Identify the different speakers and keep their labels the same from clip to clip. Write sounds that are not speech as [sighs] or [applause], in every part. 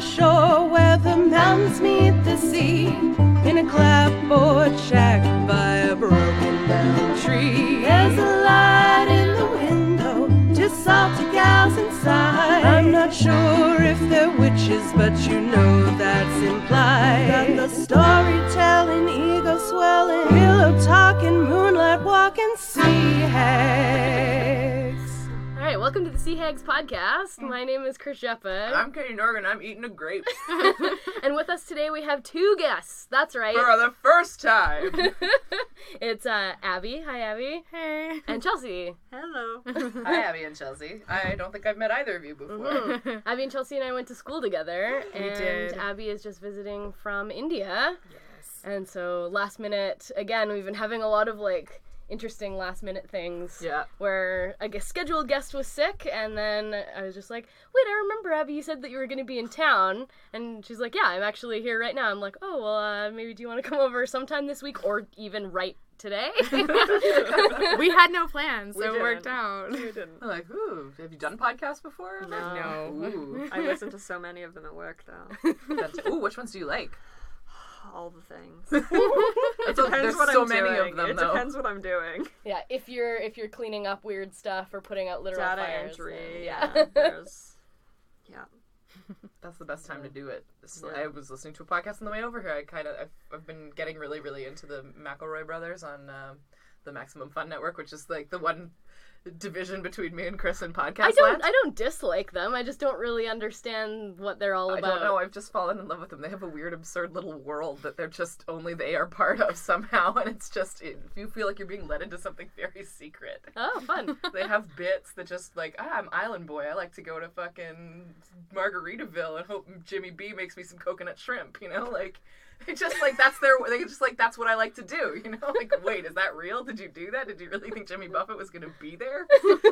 Speaker 1: shore where the mountains meet the sea. In a clapboard shack by a broken down tree. There's a light in the window, just salty gals inside. I'm not sure if they're witches, but you know that's implied. Got the storytelling, ego swelling, pillow talking, moonlight walking, sea hags.
Speaker 2: All right, welcome to the Sea Hags podcast. My name is Chris Jeppa.
Speaker 3: I'm Katie Norgan. I'm eating a grape
Speaker 2: [laughs] and with us today we have two guests. That's right.
Speaker 3: for the first time.
Speaker 2: [laughs] it's uh, Abby. Hi, Abby. Hey. And Chelsea.
Speaker 4: Hello.
Speaker 3: Hi, Abby and Chelsea. I don't think I've met either of you before. Mm.
Speaker 2: [laughs] Abby and Chelsea and I went to school together. and
Speaker 4: did.
Speaker 2: Abby is just visiting from India. Yes. And so last minute, again, we've been having a lot of like interesting last minute things.
Speaker 3: Yeah.
Speaker 2: Where a gu- scheduled guest was sick, and then I was just like, wait, I remember, Abby, you said that you were going to be in town. And she's like, yeah, I'm actually here right now. I'm like, oh, well, uh, maybe do you want to come over sometime this week or even right today? [laughs]
Speaker 4: we had no plans, so it worked
Speaker 5: didn't.
Speaker 4: out.
Speaker 5: You didn't.
Speaker 3: I'm like, ooh, have you done podcasts before?
Speaker 2: [laughs]
Speaker 3: Ooh,
Speaker 5: I listen to so many of them at work though.
Speaker 3: that's, ooh, which ones do you like?
Speaker 5: [sighs] All the
Speaker 2: [laughs]
Speaker 5: things.
Speaker 3: That's so- there's so many of them,
Speaker 5: it
Speaker 3: though.
Speaker 5: depends what I'm
Speaker 4: [laughs]
Speaker 5: doing.
Speaker 2: yeah, if you're if you're cleaning up weird stuff or putting out literal
Speaker 5: Data
Speaker 2: fires, then
Speaker 5: entry.
Speaker 2: yeah.
Speaker 5: Yeah. [laughs]
Speaker 4: [laughs]
Speaker 5: There's, yeah.
Speaker 3: That's the best time to do it. So I was listening to a podcast on the way over here. I kind of, I've, I've been getting really, really into the McElroy brothers on um, the Maximum Fun Network, which is like the one division between me and Chris and podcast.
Speaker 2: I don't.
Speaker 3: land.
Speaker 2: I don't dislike them. I just don't really understand what they're all about.
Speaker 3: I don't know. I've just fallen in love with them. They have a weird, absurd little world that they're just only they are part of somehow, [laughs] and it's just it, you feel like you're being led into something very secret.
Speaker 2: Oh, fun.
Speaker 3: They have bits that just like ah, I'm Island Boy. I like to go to fucking Margaritaville and hope Jimmy B makes me some coconut shrimp. You know, like it's just like that's their. They just like that's what I like to do. You know, like wait, is that real? Did you do that? Did you really think Jimmy Buffett was gonna be there,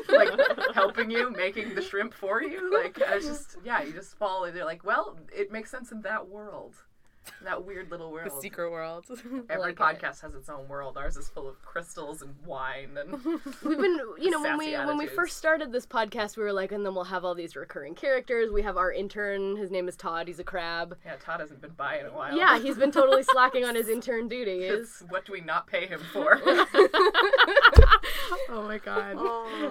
Speaker 3: like helping you, making the shrimp for you? Like I was just yeah, you just fall and you're like, well, it makes sense in that world. That weird little world.
Speaker 1: Mm-hmm.
Speaker 4: world.
Speaker 3: Every
Speaker 2: like it.
Speaker 3: podcast has its own world. Ours is full of crystals and wine and
Speaker 2: We've been,
Speaker 3: [laughs]
Speaker 2: you know, when we
Speaker 3: Sassy
Speaker 2: when we
Speaker 3: attitudes.
Speaker 2: first started this podcast, we were like, and then we'll have all these recurring characters. We have our intern. His name is Todd. He's a crab.
Speaker 3: yeah. Todd hasn't been by in a while.
Speaker 2: Yeah, he's been
Speaker 3: [laughs]
Speaker 2: totally slacking on his intern
Speaker 3: It's
Speaker 2: duties.
Speaker 3: [laughs] what do we not pay him for?
Speaker 4: oh my god.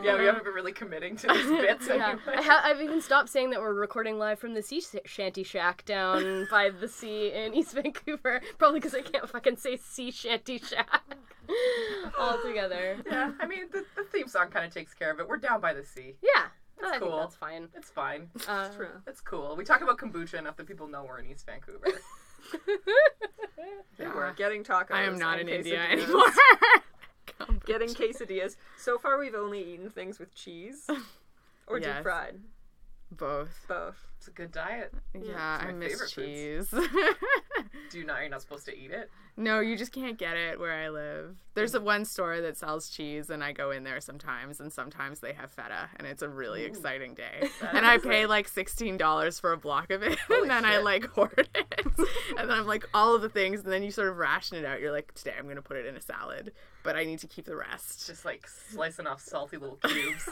Speaker 3: yeah, we haven't been really committing to these bits
Speaker 2: Yeah,
Speaker 3: anyway.
Speaker 2: I ha- I've even stopped saying that we're recording live from the sea sh- shanty shack down
Speaker 3: [laughs]
Speaker 2: by the sea in East Vancouver. [laughs] Probably because I can't fucking say sea shanty shack [laughs] all together.
Speaker 3: yeah, I mean the, the theme song kind of takes care of it. We're down by the sea.
Speaker 2: Yeah, I think
Speaker 3: cool.
Speaker 2: that's fine.
Speaker 3: It's fine.
Speaker 2: Uh,
Speaker 5: True.
Speaker 3: It's cool. We talk about kombucha enough that people know we're in East Vancouver.
Speaker 5: Yeah. We're getting tacos.
Speaker 4: Ah. I am not in
Speaker 5: and
Speaker 4: India
Speaker 5: quesadillas.
Speaker 4: anymore. [laughs]
Speaker 5: Getting quesadillas. So far, we've only eaten things with cheese
Speaker 4: [laughs]
Speaker 5: or
Speaker 4: Yes.
Speaker 5: deep fried.
Speaker 4: Both.
Speaker 5: Both.
Speaker 3: It's a good diet.
Speaker 4: Yeah,
Speaker 3: it's
Speaker 4: I
Speaker 3: my
Speaker 4: miss
Speaker 3: favorite
Speaker 4: cheese.
Speaker 3: [laughs] Do you not? You're not supposed to eat it.
Speaker 4: no, you just can't get it where I live. There's a one store that sells cheese, and I go in there sometimes, and sometimes they have feta, and it's a really exciting day. And I pay like sixteen dollars for a block of it, [laughs] and then I
Speaker 3: shit.
Speaker 4: like hoard it, [laughs] and then I'm like all of the things, and then you sort of ration it out. You're like, today I'm gonna put it in a salad, but I need to keep the rest.
Speaker 3: Just like slicing off salty little cubes.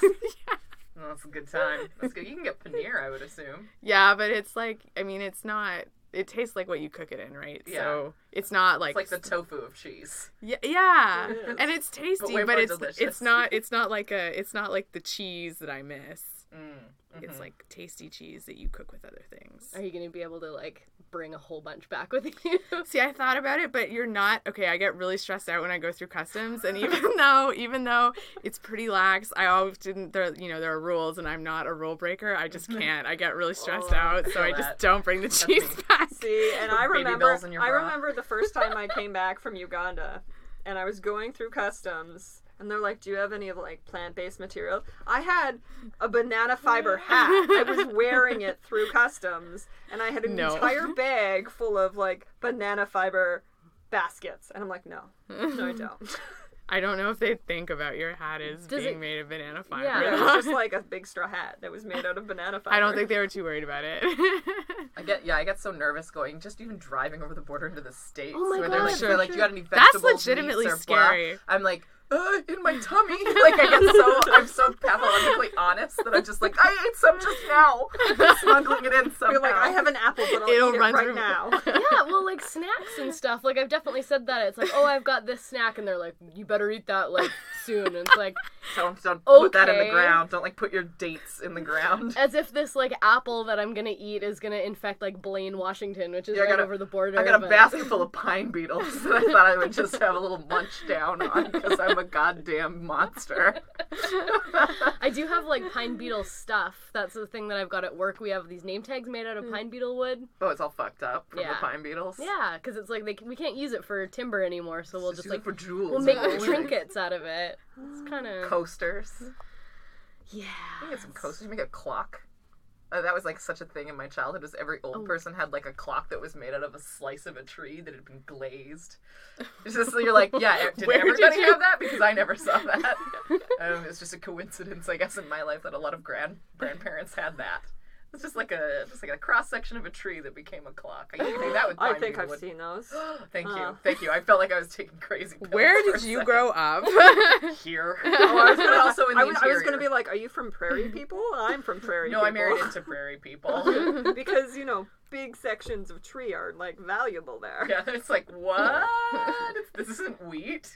Speaker 3: Oh, that's a good time. That's good. You can get paneer, I would assume.
Speaker 4: Yeah, but it's like, I mean, it's not. It tastes like what you cook it in, right?
Speaker 3: Yeah.
Speaker 4: So it's not like,
Speaker 3: It's like the tofu of cheese.
Speaker 4: yeah, yeah.
Speaker 5: It is.
Speaker 4: and it's tasty,
Speaker 3: way
Speaker 4: but,
Speaker 3: more
Speaker 4: it's
Speaker 3: delicious.
Speaker 4: it's not it's not like a it's not like the cheese that I miss.
Speaker 3: Mm.
Speaker 4: It's like tasty cheese that you cook with other things.
Speaker 2: [laughs] Are you gonna be able to like bring a whole bunch back with you?
Speaker 4: See, I thought about it, but you're not okay. I get really stressed out when I go through customs, and even [laughs] though, even though it's pretty lax, I always didn't. There, you know, there are rules, and I'm not a rule breaker. I just can't. I get really stressed out, so I
Speaker 3: feel
Speaker 4: just
Speaker 3: that.
Speaker 4: don't bring the cheese
Speaker 3: me.
Speaker 4: back.
Speaker 5: See, and I
Speaker 3: baby
Speaker 5: remember
Speaker 3: bells in your
Speaker 5: I
Speaker 3: bra.
Speaker 5: remember the first time I
Speaker 4: [laughs]
Speaker 5: came back from Uganda and I was going through customs and they're like, "Do you have any of like plant-based material?" I had a banana fiber hat. I was
Speaker 4: [laughs]
Speaker 5: wearing it through customs and I had an
Speaker 4: No.
Speaker 5: entire bag full of like banana fiber baskets. And I'm like, "No. No, I
Speaker 4: [laughs]
Speaker 5: don't." [laughs]
Speaker 4: I don't know if they think about your hat as
Speaker 2: Does
Speaker 4: being
Speaker 2: it-
Speaker 4: made of banana fiber.
Speaker 2: Yeah.
Speaker 5: Yeah, it was just like a big straw hat that was made out of banana fiber.
Speaker 4: [laughs] I don't think they were too worried about it.
Speaker 3: I get yeah, I get so nervous going just even driving over the border into the states
Speaker 2: Oh my
Speaker 3: where they're
Speaker 2: God,
Speaker 3: like,
Speaker 4: Sure.
Speaker 3: they're like, you got any
Speaker 4: That's
Speaker 3: vegetables?
Speaker 4: legitimately
Speaker 3: meats, or
Speaker 4: scary.
Speaker 3: Blah? I'm like, uh, in my tummy. [laughs] like I get so I'm so pathologically honest that I'm just like, I ate some just now, smuggling it in somehow.
Speaker 4: [laughs]
Speaker 5: You're like, I have an apple, but I'll
Speaker 4: It'll
Speaker 5: eat it
Speaker 4: run
Speaker 5: right
Speaker 4: through- [laughs]
Speaker 5: now.
Speaker 2: yeah, well, like snacks and stuff. Like I've definitely said that. It's like, oh, I've got this snack, and they're like, you better eat that like soon. And it's like,
Speaker 3: Don't, don't put that in the
Speaker 2: Okay.
Speaker 3: ground. Don't like put your dates in the ground.
Speaker 2: as if this like apple that I'm gonna eat is gonna infect like Blaine, Washington, which is
Speaker 3: Yeah, I
Speaker 2: right
Speaker 3: got a-
Speaker 2: over the border.
Speaker 3: I got a
Speaker 2: but-
Speaker 3: basket full of pine beetles that I thought I would just have a little munch down on because I'm a goddamn monster. [laughs]
Speaker 2: I do have like pine beetle stuff. That's the thing that I've got at work. We have these name tags made out of pine beetle wood.
Speaker 3: Oh, it's all fucked up from the
Speaker 2: Yeah.
Speaker 3: pine beetles.
Speaker 2: Yeah, because it's like they can, we can't use it for timber anymore, so we'll
Speaker 3: Just
Speaker 2: just
Speaker 3: use it
Speaker 2: like
Speaker 3: for jewels.
Speaker 2: we'll
Speaker 3: [laughs]
Speaker 2: make
Speaker 3: or something.
Speaker 2: trinkets out of it. It's kind of
Speaker 3: coasters.
Speaker 2: yeah.
Speaker 3: You get some coasters. You make a clock. Uh, that was like such a thing in my childhood. Was every old person had like a clock that was made out of a slice of a tree that had been glazed. It's just you're like, yeah. e-, Did
Speaker 4: Where did
Speaker 3: everybody
Speaker 4: you-
Speaker 3: have that? Because I never saw that. um, it's just a coincidence, I guess, in my life that a lot of grand grandparents had that. It's just like a just like a cross section of a tree that became a clock. You can do that with
Speaker 5: I
Speaker 3: pine
Speaker 5: think I've
Speaker 3: wood.
Speaker 5: seen
Speaker 4: [gasps]
Speaker 5: those.
Speaker 3: [gasps]
Speaker 5: [laughs]
Speaker 3: Thank
Speaker 5: Uh.
Speaker 3: you, thank you. I felt like I was taking crazy. pills
Speaker 4: [laughs] Where
Speaker 3: for a
Speaker 4: did you
Speaker 3: second.
Speaker 4: grow up?
Speaker 3: [laughs] Here.
Speaker 5: Oh, I was gonna, [laughs]
Speaker 3: But also in the
Speaker 5: I was, I was gonna be
Speaker 3: interior.
Speaker 5: like, "Are you from prairie people?" I'm from prairie.
Speaker 3: No,
Speaker 5: people.
Speaker 3: I married into prairie
Speaker 5: [laughs]
Speaker 3: people.
Speaker 5: because you know big sections of tree are like valuable there.
Speaker 3: [laughs] Yeah, it's like what?
Speaker 5: [laughs]
Speaker 3: this isn't wheat.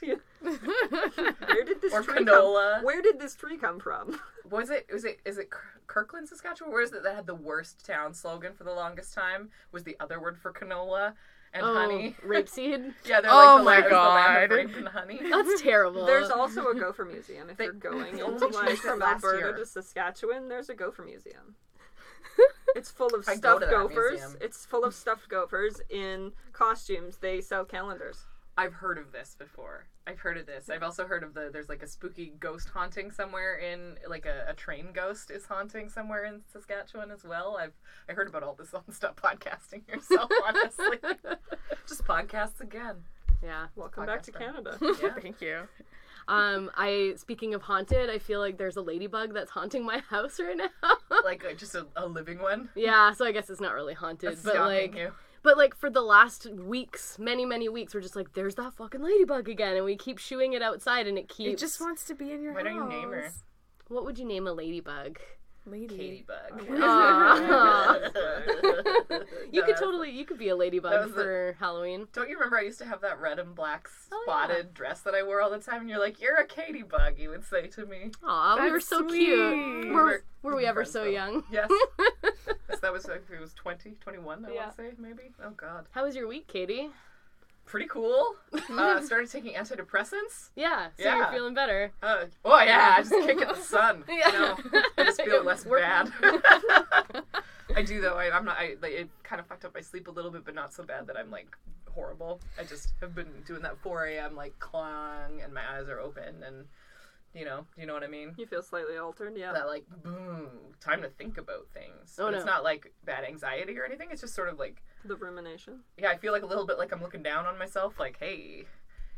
Speaker 5: Where did this
Speaker 3: Or
Speaker 5: tree
Speaker 3: canola.
Speaker 5: come? Where did this tree come from?
Speaker 3: Was it? Was it? Is it Kir- Kirkland, Saskatchewan? Where is it that had the worst town slogan for the longest time? Was the other word for canola and
Speaker 2: Oh,
Speaker 3: honey?
Speaker 2: rapeseed.
Speaker 3: [laughs] Yeah, they're
Speaker 4: Oh
Speaker 3: like the land, it was
Speaker 4: my
Speaker 3: the land
Speaker 4: God.
Speaker 3: of rape and honey.
Speaker 2: That's terrible.
Speaker 5: There's also a gopher museum if
Speaker 3: Uh, They-
Speaker 5: you're going
Speaker 3: [laughs] they
Speaker 5: into
Speaker 3: only
Speaker 5: like
Speaker 3: changed it
Speaker 5: from
Speaker 3: last
Speaker 5: Alberta
Speaker 3: year.
Speaker 5: to Saskatchewan. There's a
Speaker 3: [laughs]
Speaker 5: gopher museum. It's full of
Speaker 3: I go
Speaker 5: stuffed
Speaker 3: to that
Speaker 5: gophers.
Speaker 3: museum.
Speaker 5: It's full of stuffed gophers in costumes. They sell calendars.
Speaker 3: I've heard of this before. I've heard of this. I've also heard of the there's like a spooky ghost haunting somewhere in like a, a train ghost is haunting somewhere in Saskatchewan as well. I've I heard about all this [laughs] on Stop Podcasting Yourself,
Speaker 2: [laughs]
Speaker 3: honestly. Just podcasts again.
Speaker 2: yeah.
Speaker 5: Welcome back to
Speaker 3: Podcast
Speaker 5: Canada.
Speaker 3: [laughs]
Speaker 5: [laughs]
Speaker 2: [laughs]
Speaker 3: Yeah.
Speaker 4: Thank you.
Speaker 2: Um, I speaking of haunted, I feel like there's a ladybug that's haunting my [laughs] house right now.
Speaker 3: like uh, just a, a living one.
Speaker 2: yeah, so I guess it's not really haunted,
Speaker 3: That's
Speaker 2: but
Speaker 3: stalking
Speaker 2: like,
Speaker 3: you.
Speaker 2: but like for the last weeks, many many weeks, we're just like, there's that fucking ladybug again, and we keep shooing it outside, and it keeps.
Speaker 4: [laughs] It just wants to be in your
Speaker 3: Why
Speaker 4: house.
Speaker 3: don't you name her?
Speaker 2: What would you name a ladybug?
Speaker 4: Lady.
Speaker 2: [laughs]
Speaker 3: Ladybug. Uh,
Speaker 2: Aw. you
Speaker 3: No,
Speaker 2: could
Speaker 3: that's-
Speaker 2: totally, you could be a
Speaker 3: that
Speaker 2: ladybug
Speaker 3: was the-
Speaker 2: for Halloween.
Speaker 3: Don't you remember I used to have that red and black
Speaker 2: Oh,
Speaker 3: spotted dress that I wore all the time? And you're like, you're a Katie bug, you would say to me.
Speaker 2: Aw, we
Speaker 4: That's
Speaker 2: were so
Speaker 4: sweet.
Speaker 2: cute. Were,
Speaker 3: We're-
Speaker 2: were we ever
Speaker 3: friends
Speaker 2: so
Speaker 3: though.
Speaker 2: young? [laughs]
Speaker 3: Yes. Yes, that was like, it was 20, 21, I
Speaker 2: Yeah.
Speaker 3: want to say, maybe. Oh, God.
Speaker 2: How was your week, Katie? [laughs]
Speaker 3: Pretty cool. Uh, started taking antidepressants.
Speaker 2: Yeah, so you're
Speaker 3: Yeah.
Speaker 2: feeling better.
Speaker 3: Uh, oh, yeah, I just kick in the sun.
Speaker 2: [laughs] Yeah.
Speaker 3: You know, I just feel
Speaker 2: It
Speaker 3: less
Speaker 2: worked.
Speaker 3: bad.
Speaker 2: [laughs]
Speaker 3: I do, though. I, I'm not, I, like, it kind of fucked up my sleep a little bit, but not so bad that I'm, like, horrible. I just have been doing that 4 a.m., like, clung, and my eyes are open, and, you know, you know what I mean?
Speaker 5: You feel slightly altered, yeah.
Speaker 3: that like boom time to think about things
Speaker 2: Oh,
Speaker 3: but it's
Speaker 2: no.
Speaker 3: not like bad anxiety or anything it's just sort of like
Speaker 5: The rumination.
Speaker 3: yeah i feel like a little bit like i'm looking down on myself like hey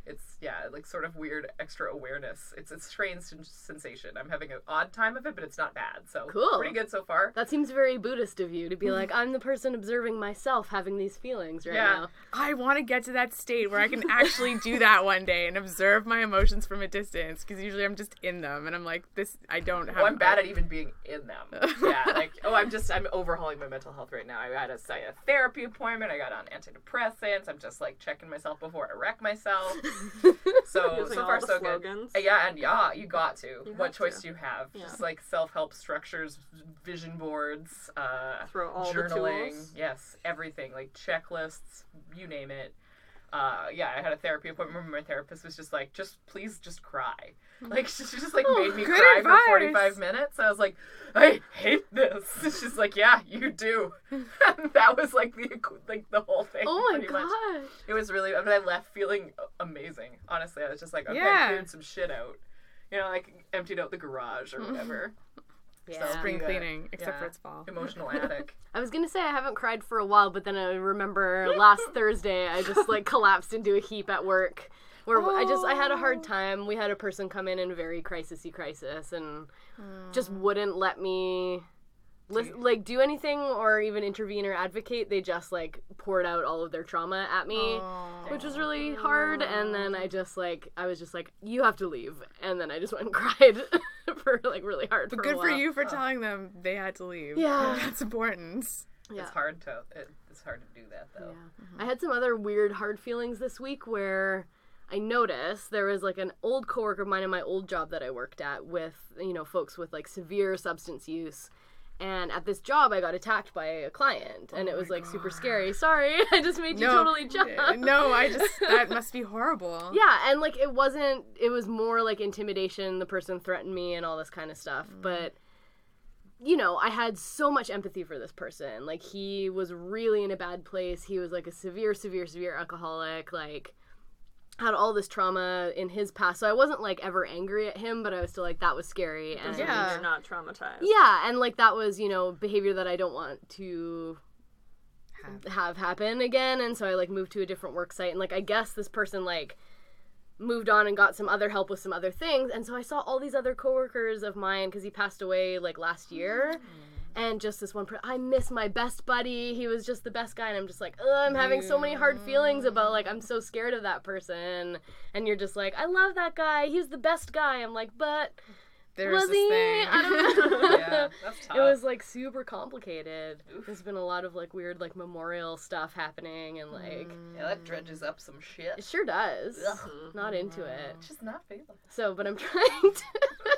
Speaker 3: it's yeah like sort of weird extra awareness it's it's strange sen- sensation i'm having an odd time of it but it's not bad so
Speaker 2: Cool.
Speaker 3: pretty good so far
Speaker 2: That seems very Buddhist of you to be like, I'm the person observing myself having these feelings right
Speaker 3: Yeah.
Speaker 2: now.
Speaker 4: I want to get to that state where I can actually do that one day and observe my emotions from a distance because usually I'm just in them and I'm like, this, I don't have.
Speaker 3: Oh, I'm bad at even being in them. Yeah, like oh, I'm just I'm overhauling my mental health right now. I had a, I had a therapy appointment. I got on antidepressants. I'm just like checking myself before I wreck myself. So
Speaker 5: Using
Speaker 3: so
Speaker 5: all
Speaker 3: far
Speaker 5: the
Speaker 3: so
Speaker 5: slogans.
Speaker 3: good. Uh, Yeah, and yeah, you got to. what
Speaker 5: have
Speaker 3: choice
Speaker 5: to.
Speaker 3: do you have?
Speaker 5: Yeah.
Speaker 3: Just like self help structures, vision boards, uh,
Speaker 5: Throw all the
Speaker 3: journaling.
Speaker 5: tools.
Speaker 3: yes, everything like checklists. You name it. Uh, yeah, I had a therapy appointment. where My therapist was just like, "Just please, just cry."
Speaker 5: Mm-hmm.
Speaker 3: Like she, she just like
Speaker 5: Oh,
Speaker 3: made me
Speaker 4: good
Speaker 3: cry
Speaker 4: advice.
Speaker 3: for forty five minutes. I was like, "I hate this." [laughs] She's like, "Yeah, you do." [laughs] and that was like the equ- like the whole thing.
Speaker 2: [laughs] Oh my
Speaker 3: pretty much.
Speaker 2: gosh.
Speaker 3: It was really. I mean, I left feeling amazing. Honestly, I was just like, okay,
Speaker 4: Yeah.
Speaker 3: I cleared some shit out. You know, like emptied out the garage or whatever.
Speaker 2: Yeah.
Speaker 4: spring
Speaker 3: Yeah.
Speaker 4: cleaning, except for
Speaker 3: Yeah.
Speaker 4: it's fall.
Speaker 3: Emotional attic.
Speaker 2: I was gonna say I haven't cried for a while, but then I remember last Thursday I just like collapsed into a heap at work, where I just I had a hard time. We had a person come in and very crisisy crisis, and just wouldn't let me. Lis- like do anything or even intervene or advocate they just like poured out all of their trauma at me which was really hard and then i just like i was just like you have to leave and then i just went and [laughs] cried for like really hard
Speaker 4: But
Speaker 2: for a
Speaker 4: good for
Speaker 2: while.
Speaker 4: [laughs] you for telling them they had to leave.
Speaker 2: Yeah.
Speaker 4: That's important.
Speaker 2: Yeah.
Speaker 3: It's hard to it, it's hard to do that
Speaker 2: Yeah. mm-hmm.
Speaker 3: though.
Speaker 2: I had some other weird hard feelings this week where I noticed there was like an old coworker of mine in my old job that I worked at with, you know, folks with like severe substance use. And at this job, I got attacked by a client, and it was like super scary. Sorry, [laughs] I just made you
Speaker 4: No.
Speaker 2: totally jump.
Speaker 4: Uh, no, I just that must be horrible.
Speaker 2: [laughs] Yeah, and like it wasn't it was more like intimidation, the person threatened me and all this kind of stuff, but you know, I had so much empathy for this person. Like he was really in a bad place. He was like a severe severe severe alcoholic, like had all this trauma in his past. So I wasn't like ever angry at him, but I was still like that was scary and
Speaker 4: Yeah.
Speaker 5: You're not traumatized.
Speaker 2: yeah, and like that was, you know, behavior that I don't want to have happen again and so I like moved to a different work site and like I guess this person like moved on and got some other help with some other things and so I saw all these other coworkers of mine cuz he passed away like last year and just this one per- I miss my best buddy he was just the best guy and I'm just like Ugh, I'm having so many hard feelings about like I'm so scared of that person and you're just like I love that guy he's the best guy I'm like but
Speaker 4: There's
Speaker 2: was
Speaker 4: this
Speaker 2: he
Speaker 4: thing.
Speaker 2: I don't know
Speaker 3: [laughs] Yeah, that's tough.
Speaker 2: it was like super complicated. There's been a lot of like weird like memorial stuff happening and like
Speaker 3: yeah, that dredges up some shit.
Speaker 2: it sure does.
Speaker 3: Mm-hmm. Ugh. Mm-hmm.
Speaker 2: Not into it.
Speaker 3: It's just not feeling. it.
Speaker 2: So, but I'm [laughs] trying to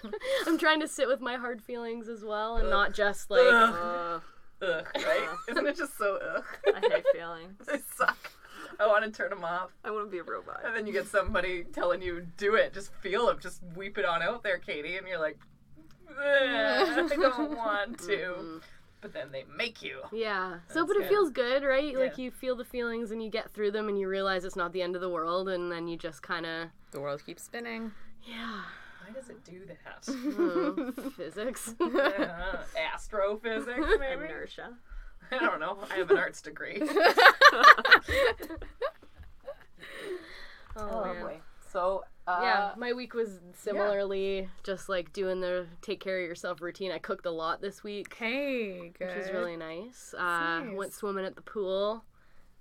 Speaker 2: [laughs] I'm trying to sit with my hard feelings as well and not just like
Speaker 5: Ugh,
Speaker 3: Ugh, right? Isn't it just so ugh?
Speaker 5: I hate feelings.
Speaker 3: [laughs] They suck. I want to turn them off.
Speaker 5: I want to be a robot.
Speaker 3: And then you get somebody telling you, do it. Just feel them. Just weep it on out there, Katie. And you're like, "Ugh, I don't want to. But then they make you.
Speaker 2: yeah. So, but it
Speaker 3: good.
Speaker 2: feels good, right? Like
Speaker 3: Yeah.
Speaker 2: you feel the feelings and you get through them and you realize it's not the end of the world and then you just kind of
Speaker 4: [laughs] The world keeps spinning.
Speaker 2: yeah,
Speaker 3: Why does it do
Speaker 2: [laughs]
Speaker 3: that? [laughs]
Speaker 2: mm, physics. [laughs]
Speaker 3: Uh, astrophysics, maybe?
Speaker 5: Inertia.
Speaker 3: I don't know. I have an arts degree.
Speaker 2: Oh, man.
Speaker 3: So, uh,
Speaker 2: Yeah, my week was similarly just like doing the take care of yourself routine. I cooked a lot this week,
Speaker 4: Hey, good.
Speaker 2: which was really nice. Uh,
Speaker 4: Nice.
Speaker 2: Went swimming at the pool.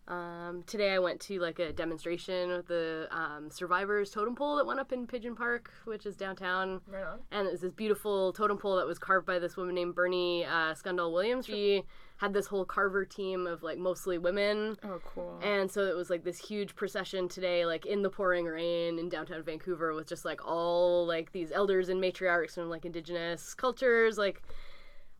Speaker 2: Um, today I went to like a demonstration of the um, survivors totem pole that went up in Pigeon Park, which is downtown.
Speaker 3: Right on.
Speaker 2: And it was this beautiful totem pole that was carved by this woman named Bernie uh, Scundall Williams. She had this whole carver team of like mostly women.
Speaker 4: Oh, cool.
Speaker 2: And so it was like this huge procession today, like in the pouring rain in downtown Vancouver, with just like all like these elders and matriarchs from like indigenous cultures, like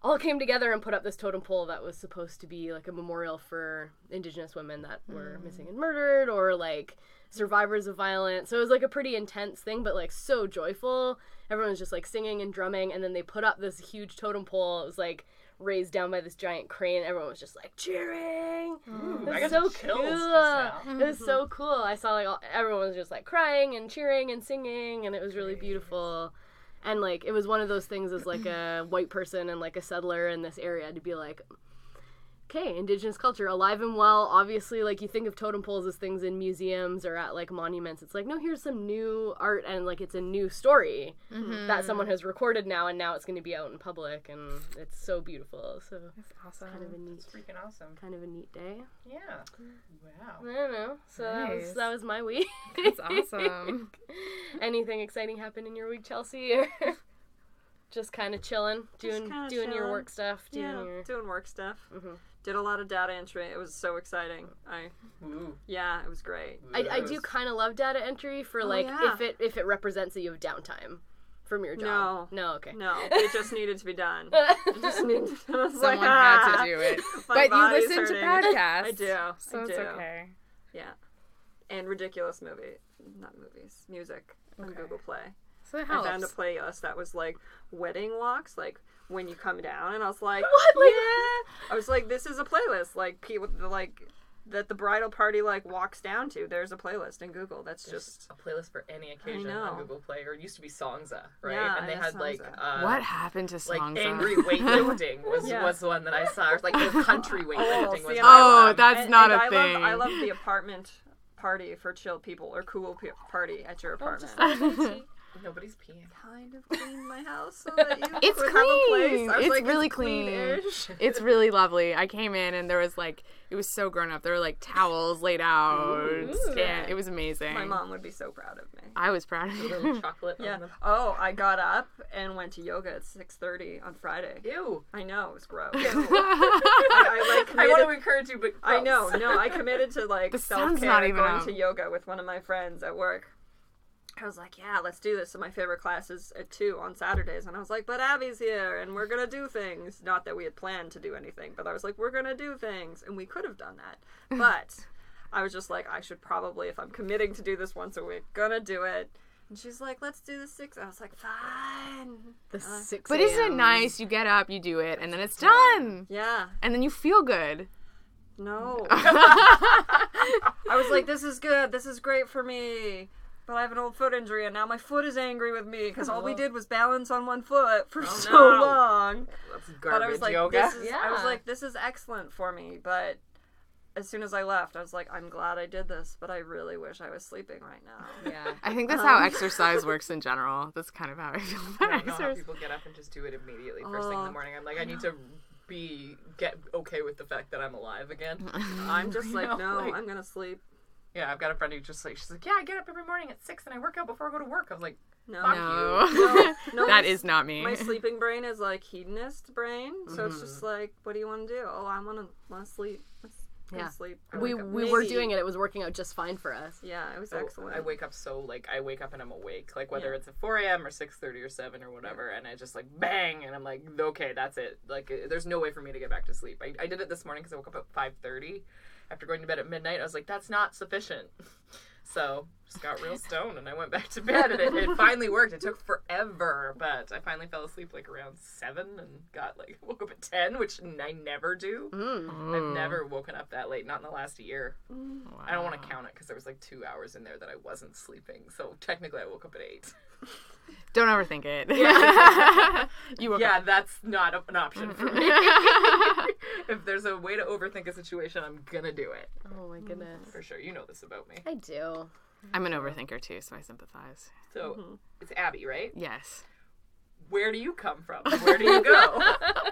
Speaker 2: all came together and put up this totem pole that was supposed to be like a memorial for indigenous women that were missing and murdered or like survivors of violence. So it was like a pretty intense thing, but like so joyful. Everyone was just like singing and drumming, and then they put up this huge totem pole. It was like raised down by this giant crane. Everyone was just like cheering.
Speaker 3: Ooh,
Speaker 2: It
Speaker 3: Mm. I
Speaker 2: was so
Speaker 3: got some
Speaker 2: cool.
Speaker 3: chills just now.
Speaker 2: It was so cool. I saw like all, everyone was just like crying and cheering and singing, and it was really beautiful. And like it was one of those things as like a white person and like a settler in this area to be like, okay, indigenous culture alive and well. Obviously, like you think of totem poles as things in museums or at like monuments. It's like no, here's some new art and like it's a new story that someone has recorded now, and now it's going to be out in public, and it's so beautiful. So
Speaker 4: That's
Speaker 2: kind of a
Speaker 4: awesome.
Speaker 2: neat,
Speaker 3: Freaking awesome.
Speaker 2: kind of a neat day.
Speaker 3: Yeah. Wow.
Speaker 2: I don't know. So that was
Speaker 4: Nice.
Speaker 2: that was my week. [laughs]
Speaker 4: That's awesome.
Speaker 2: Anything exciting happen in your week, Chelsea? Or [laughs] just kind of chilling, doing
Speaker 5: kinda
Speaker 2: doing your
Speaker 5: chilling.
Speaker 2: work stuff, doing
Speaker 5: Yeah,
Speaker 2: your
Speaker 5: doing work stuff.
Speaker 2: Mhm.
Speaker 5: Did a lot of data entry. It was so exciting. I
Speaker 3: Ooh.
Speaker 5: yeah, it was great.
Speaker 2: I, I
Speaker 3: Yes.
Speaker 2: do kind of love data entry for like
Speaker 5: yeah.
Speaker 2: if it if it represents that you have downtime from your job. No, okay. [laughs]
Speaker 4: [laughs]
Speaker 5: No, it just needed to be done. It just needed. I was
Speaker 4: Someone
Speaker 5: like,
Speaker 4: had
Speaker 5: "Ah."
Speaker 4: to do it.
Speaker 5: [laughs]
Speaker 2: [laughs]
Speaker 5: My
Speaker 4: but you
Speaker 5: body's
Speaker 4: listen to
Speaker 5: hurting. [laughs]
Speaker 4: podcasts.
Speaker 5: I do.
Speaker 4: So
Speaker 5: I
Speaker 4: it's
Speaker 5: do.
Speaker 4: okay.
Speaker 5: Yeah, and ridiculous movie, not movies, music on
Speaker 4: Okay.
Speaker 5: Google Play.
Speaker 4: So it
Speaker 5: I found a
Speaker 4: helps.
Speaker 5: playlist that was like wedding walks, like when you come down, and I was like,
Speaker 2: What? Like-
Speaker 5: yeah. I was like, this is a playlist, like people like that the bridal party like walks down to. There's a playlist in Google that's just
Speaker 3: just a playlist for any occasion
Speaker 5: know.
Speaker 3: on Google Play, or it used to be Songza, right?
Speaker 5: Yeah,
Speaker 3: and they
Speaker 5: I know
Speaker 3: had like
Speaker 5: Songza.
Speaker 3: uh,
Speaker 4: What happened to songs?
Speaker 3: like angry [laughs] weightlifting was
Speaker 5: Yeah.
Speaker 3: was the one that I saw. Or, like the [laughs] country weightlifting was.
Speaker 5: see,
Speaker 3: the
Speaker 5: and [laughs] I
Speaker 3: one.
Speaker 4: Oh, that's
Speaker 5: and-
Speaker 4: not
Speaker 5: and
Speaker 4: a
Speaker 5: I
Speaker 4: thing.
Speaker 5: Love, I love
Speaker 4: [laughs]
Speaker 5: the apartment party for chill people or cool pe- party at your apartment.
Speaker 3: Nobody's peeing.
Speaker 5: kind of clean my house so that you
Speaker 4: It's
Speaker 5: could have a place.
Speaker 4: clean.
Speaker 5: I was
Speaker 4: It's
Speaker 5: like,
Speaker 4: really
Speaker 5: it's [laughs] clean-ish.
Speaker 3: [laughs]
Speaker 4: It's really lovely. I came in and there was like it was so grown up. There were like towels laid out. and it was amazing.
Speaker 5: My mom would be so proud of me.
Speaker 4: I was proud of
Speaker 3: Little
Speaker 5: [laughs]
Speaker 4: you.
Speaker 3: chocolate.
Speaker 5: Yeah.
Speaker 3: On the-
Speaker 5: Oh, I got up and went to yoga at 6:30 on Friday.
Speaker 3: Ew.
Speaker 5: I know it was
Speaker 4: [laughs]
Speaker 5: gross. I, I like
Speaker 3: I
Speaker 5: committed.
Speaker 3: want
Speaker 5: I,
Speaker 3: to encourage you, but
Speaker 5: know.
Speaker 3: gross.
Speaker 5: No, I committed to
Speaker 4: [laughs]
Speaker 5: like
Speaker 4: The sun's
Speaker 5: self
Speaker 4: not
Speaker 5: care,
Speaker 4: even
Speaker 5: going
Speaker 4: out.
Speaker 5: to yoga with one of my friends at work. I was like, yeah, let's do this. So my favorite class is at two on Saturdays, and I was like, but Abby's here, and we're gonna do things. Not that we had planned to do anything, but I was like, we're gonna do things, and we could have done
Speaker 4: [laughs]
Speaker 5: that, but. I was just like, I should probably, if I'm committing to do this once a week, gonna do it. And she's like, let's do the six. I was like, fine.
Speaker 2: The six.
Speaker 4: But isn't it
Speaker 2: a.m..
Speaker 4: nice? You get up, you do it, and then it's done.
Speaker 5: Yeah.
Speaker 4: And then you feel good.
Speaker 3: [laughs]
Speaker 5: No. I was like, this is good. This is great for me. But I have an old foot injury, and now my foot is angry with me because all we did was balance on one foot for so
Speaker 3: Oh. no.
Speaker 5: long.
Speaker 3: That's
Speaker 5: But I
Speaker 3: garbage
Speaker 5: was like,
Speaker 3: yoga.
Speaker 5: this is, I was
Speaker 2: Yeah.
Speaker 5: like, this is excellent for me. But as soon as I left, I was like, I'm glad I did this, but I really wish I was sleeping
Speaker 3: [laughs]
Speaker 5: right now.
Speaker 2: Yeah. [laughs]
Speaker 4: I think that's
Speaker 5: Uh-huh.
Speaker 4: how exercise works in general. That's kind of how I
Speaker 3: [laughs]
Speaker 4: feel
Speaker 3: I don't
Speaker 4: about
Speaker 3: know how
Speaker 5: [laughs]
Speaker 4: exercise.
Speaker 3: people get up and just do it immediately first thing in
Speaker 5: Oh,
Speaker 3: the morning. I'm like, I need to be get okay with the fact that I'm alive
Speaker 5: [laughs]
Speaker 3: again.
Speaker 5: I'm just like,
Speaker 3: know,
Speaker 5: no,
Speaker 3: like-
Speaker 5: I'm gonna sleep.
Speaker 3: yeah, I've got a friend who just like she's like, yeah, I get up every morning at six and I work out before I go to work. I was like,
Speaker 5: No,
Speaker 3: Fuck
Speaker 4: No.
Speaker 5: no,
Speaker 4: that
Speaker 5: my-
Speaker 4: is not me.
Speaker 5: my
Speaker 4: [laughs]
Speaker 5: sleeping brain is like hedonist brain, so it's just
Speaker 3: Mm-hmm.
Speaker 5: like, what do you want to do? Oh, I want to want to sleep. Let's go
Speaker 2: Yeah.
Speaker 5: sleep.
Speaker 2: We we were doing it. It was working out just fine for us.
Speaker 5: Yeah, it was
Speaker 3: so
Speaker 5: excellent.
Speaker 3: Oh, I wake up so like I wake up and I'm awake, like whether
Speaker 5: Yeah.
Speaker 3: it's at 4 a.m. or 6:30 or 7 or whatever, and I just like bang, and I'm like, okay, that's it. Like, uh, there's no way for me to get back to sleep. I, I did it this morning because I woke up at 5:30 after going to bed at midnight. I was like, that's not sufficient. [laughs] So just got
Speaker 5: [laughs]
Speaker 3: real stoned and I went back to bed and it, it finally worked. It took forever, but I finally fell asleep like around seven and got like [laughs] woke up at ten, which I never do.
Speaker 5: Mm.
Speaker 3: I've never woken up that late, not in the last year. I don't want to count it because there was like two hours in there that I wasn't sleeping. So technically, I woke up at eight.
Speaker 4: Don't overthink it. [laughs] you woke
Speaker 3: Yeah, that's not a, an option for me.
Speaker 4: [laughs]
Speaker 3: if there's a way to overthink a situation, I'm gonna do it
Speaker 2: Oh my goodness.
Speaker 3: for sure. You know this about me.
Speaker 2: I do.
Speaker 4: I'm an overthinker too, so I sympathize.
Speaker 3: So it's Abby, right?
Speaker 4: Yes.
Speaker 3: Where do you come from? Where do you go?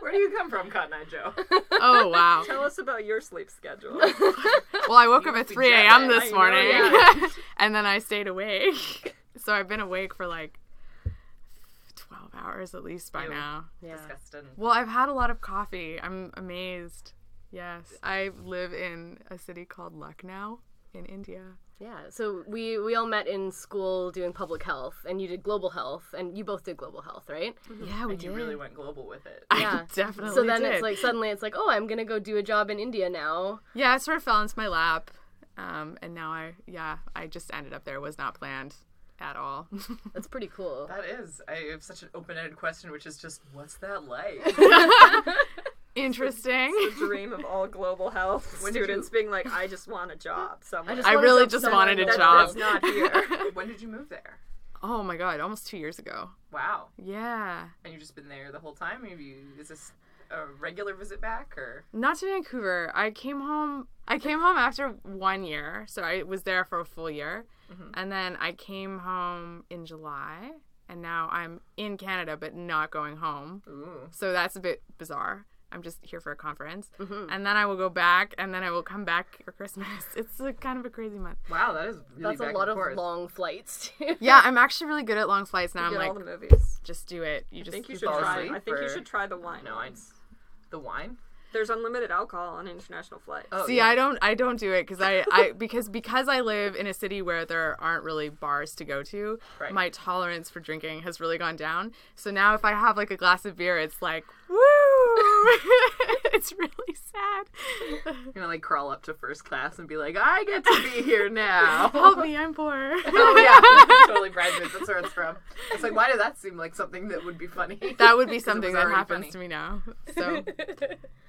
Speaker 3: Where do you come from, Cotton Eye Joe?
Speaker 4: Oh wow.
Speaker 5: Tell us about your
Speaker 3: [laughs]
Speaker 5: sleep schedule.
Speaker 4: Well, I woke up at
Speaker 3: must be
Speaker 4: 3
Speaker 3: jet
Speaker 4: a.m.
Speaker 3: lagged.
Speaker 4: this
Speaker 5: I know,
Speaker 4: morning,
Speaker 5: yeah.
Speaker 4: [laughs] and then I stayed awake. So I've been awake for like 12 hours at least by
Speaker 3: Ew.
Speaker 4: now.
Speaker 2: Yeah.
Speaker 3: Disgusting.
Speaker 4: Well, I've had a lot of coffee. I'm amazed. Yes, I live in a city called Lucknow in India.
Speaker 2: Yeah. So we we all met in school doing public health, and you did global health, and you both did global health, right?
Speaker 4: Yeah, we
Speaker 3: And you really went global with it.
Speaker 2: Yeah.
Speaker 4: [laughs] I definitely.
Speaker 2: so then
Speaker 4: Oh, did.
Speaker 2: it's like suddenly it's like, oh, I'm gonna go do a job in India now.
Speaker 4: Yeah, it sort of fell into my lap. Um, and now I, yeah, I just ended up there. Was not planned at all. [laughs]
Speaker 2: That's pretty [laughs] cool.
Speaker 3: That is. I have such an open-ended question, which is just, what's that like?
Speaker 4: Interesting.
Speaker 5: Dream of all
Speaker 3: [laughs]
Speaker 5: global health
Speaker 3: When did
Speaker 5: students
Speaker 3: you-
Speaker 5: being like, I just want a job somewhere.
Speaker 2: just
Speaker 4: I
Speaker 2: wanted
Speaker 4: really
Speaker 2: to
Speaker 4: just
Speaker 2: upsell
Speaker 4: wanted a
Speaker 2: myself.
Speaker 4: job.
Speaker 5: That's not here.
Speaker 3: when did you move there?
Speaker 4: Oh my god, almost two years ago.
Speaker 3: Wow.
Speaker 4: Yeah,
Speaker 3: And you've just been there the whole time? Have you? Is this a regular visit back or?
Speaker 4: not to Vancouver. I came home. I came home after one year, so I was there for a full year, and then I came home in July, and now I'm in Canada but not going home.
Speaker 3: Ooh.
Speaker 4: So that's a bit bizarre. I'm just here for a conference,
Speaker 2: Mm-hmm.
Speaker 4: and then I will go back, and then I will come back for Christmas. [laughs] It's a, kind of a crazy month.
Speaker 3: Wow, that is really
Speaker 2: That's a lot of long flights. [laughs] too.
Speaker 4: Yeah, I'm actually really good at long flights now. I'm
Speaker 5: Get all
Speaker 4: like,
Speaker 5: the movies.
Speaker 4: just do it. You
Speaker 5: I
Speaker 4: just
Speaker 5: think you should
Speaker 3: fall
Speaker 5: try.
Speaker 3: asleep
Speaker 5: I think you
Speaker 3: or-
Speaker 5: should try the wine.
Speaker 3: No, I-
Speaker 5: ones.
Speaker 3: The wine.
Speaker 5: There's unlimited alcohol on international flights.
Speaker 3: Oh,
Speaker 4: See,
Speaker 3: yeah.
Speaker 4: I don't, I don't do it because I, I, [laughs] because because I live in a city where there aren't really bars to go to.
Speaker 3: Right.
Speaker 4: My tolerance for drinking has really gone down. So now, if I have like a glass of beer, it's like, woo! [laughs] it's really
Speaker 5: [laughs]
Speaker 4: sad.
Speaker 3: You're gonna like crawl up to first class and be like, I get to be here now.
Speaker 4: Help me,
Speaker 5: [laughs]
Speaker 4: I'm poor.
Speaker 3: oh yeah, totally Brad Pitt. That's where it's from. It's like, why did that seem like something that would be funny?
Speaker 4: [laughs] that would
Speaker 3: 'Cause
Speaker 4: be
Speaker 3: it was
Speaker 4: something that
Speaker 3: already
Speaker 4: happens
Speaker 3: funny.
Speaker 4: to me now.
Speaker 5: [laughs]
Speaker 4: So,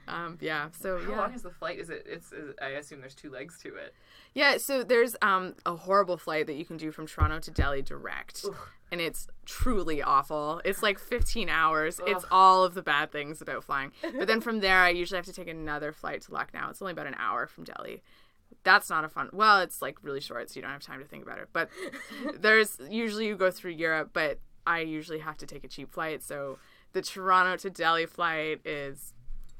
Speaker 4: um, yeah. So
Speaker 3: How
Speaker 4: yeah.
Speaker 3: long is the flight? Is it? It's. Is, I assume there's two legs to it.
Speaker 4: Yeah, so there's um, a horrible flight that you can do from Toronto to Delhi direct. And it's truly awful. It's like 15 hours. It's all of the bad things about flying. But then from there, I usually have to take another flight to Lucknow. It's only about an hour from Delhi, That's not a fun. Well, it's like really short, so you don't have time to think about it. But there's usually you go through Europe, but I usually have to take a cheap flight, so the Toronto to Delhi flight is,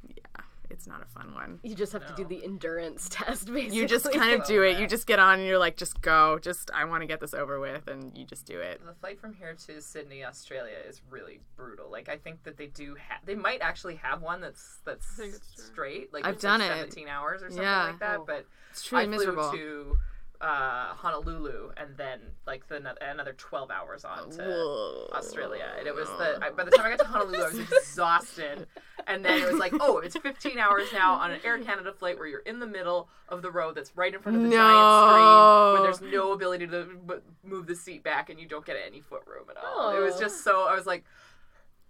Speaker 4: yeah, it's not a fun one.
Speaker 2: You just have to do the endurance [laughs] test, basically.
Speaker 4: You just kind of do it. You just get on and you're like, just go. Just I want to get this over with, and you just do it.
Speaker 3: The flight from here to Sydney, Australia, is really brutal. Like I think that they do have, they might actually have one that's that's
Speaker 5: think it's true.
Speaker 3: straight. Like
Speaker 4: I've
Speaker 3: it's
Speaker 4: done
Speaker 3: like
Speaker 4: it.
Speaker 3: seventeen hours or something
Speaker 4: Yeah.
Speaker 3: like that.
Speaker 2: Oh.
Speaker 3: But
Speaker 4: It's truly
Speaker 3: I flew
Speaker 4: miserable.
Speaker 3: to uh, Honolulu and then like the no- another twelve hours on to
Speaker 4: Whoa.
Speaker 3: [laughs] Australia, and it was the I, by the time I got to Honolulu, I
Speaker 4: [laughs]
Speaker 3: was exhausted. And then it was like, oh, it's 15 hours now on an Air Canada flight where you're in the middle of the road that's right in front of the
Speaker 4: No.
Speaker 3: giant screen where there's no ability to b- move the seat back and you don't get any foot room at all. It was
Speaker 2: Oh.
Speaker 3: just so I was like.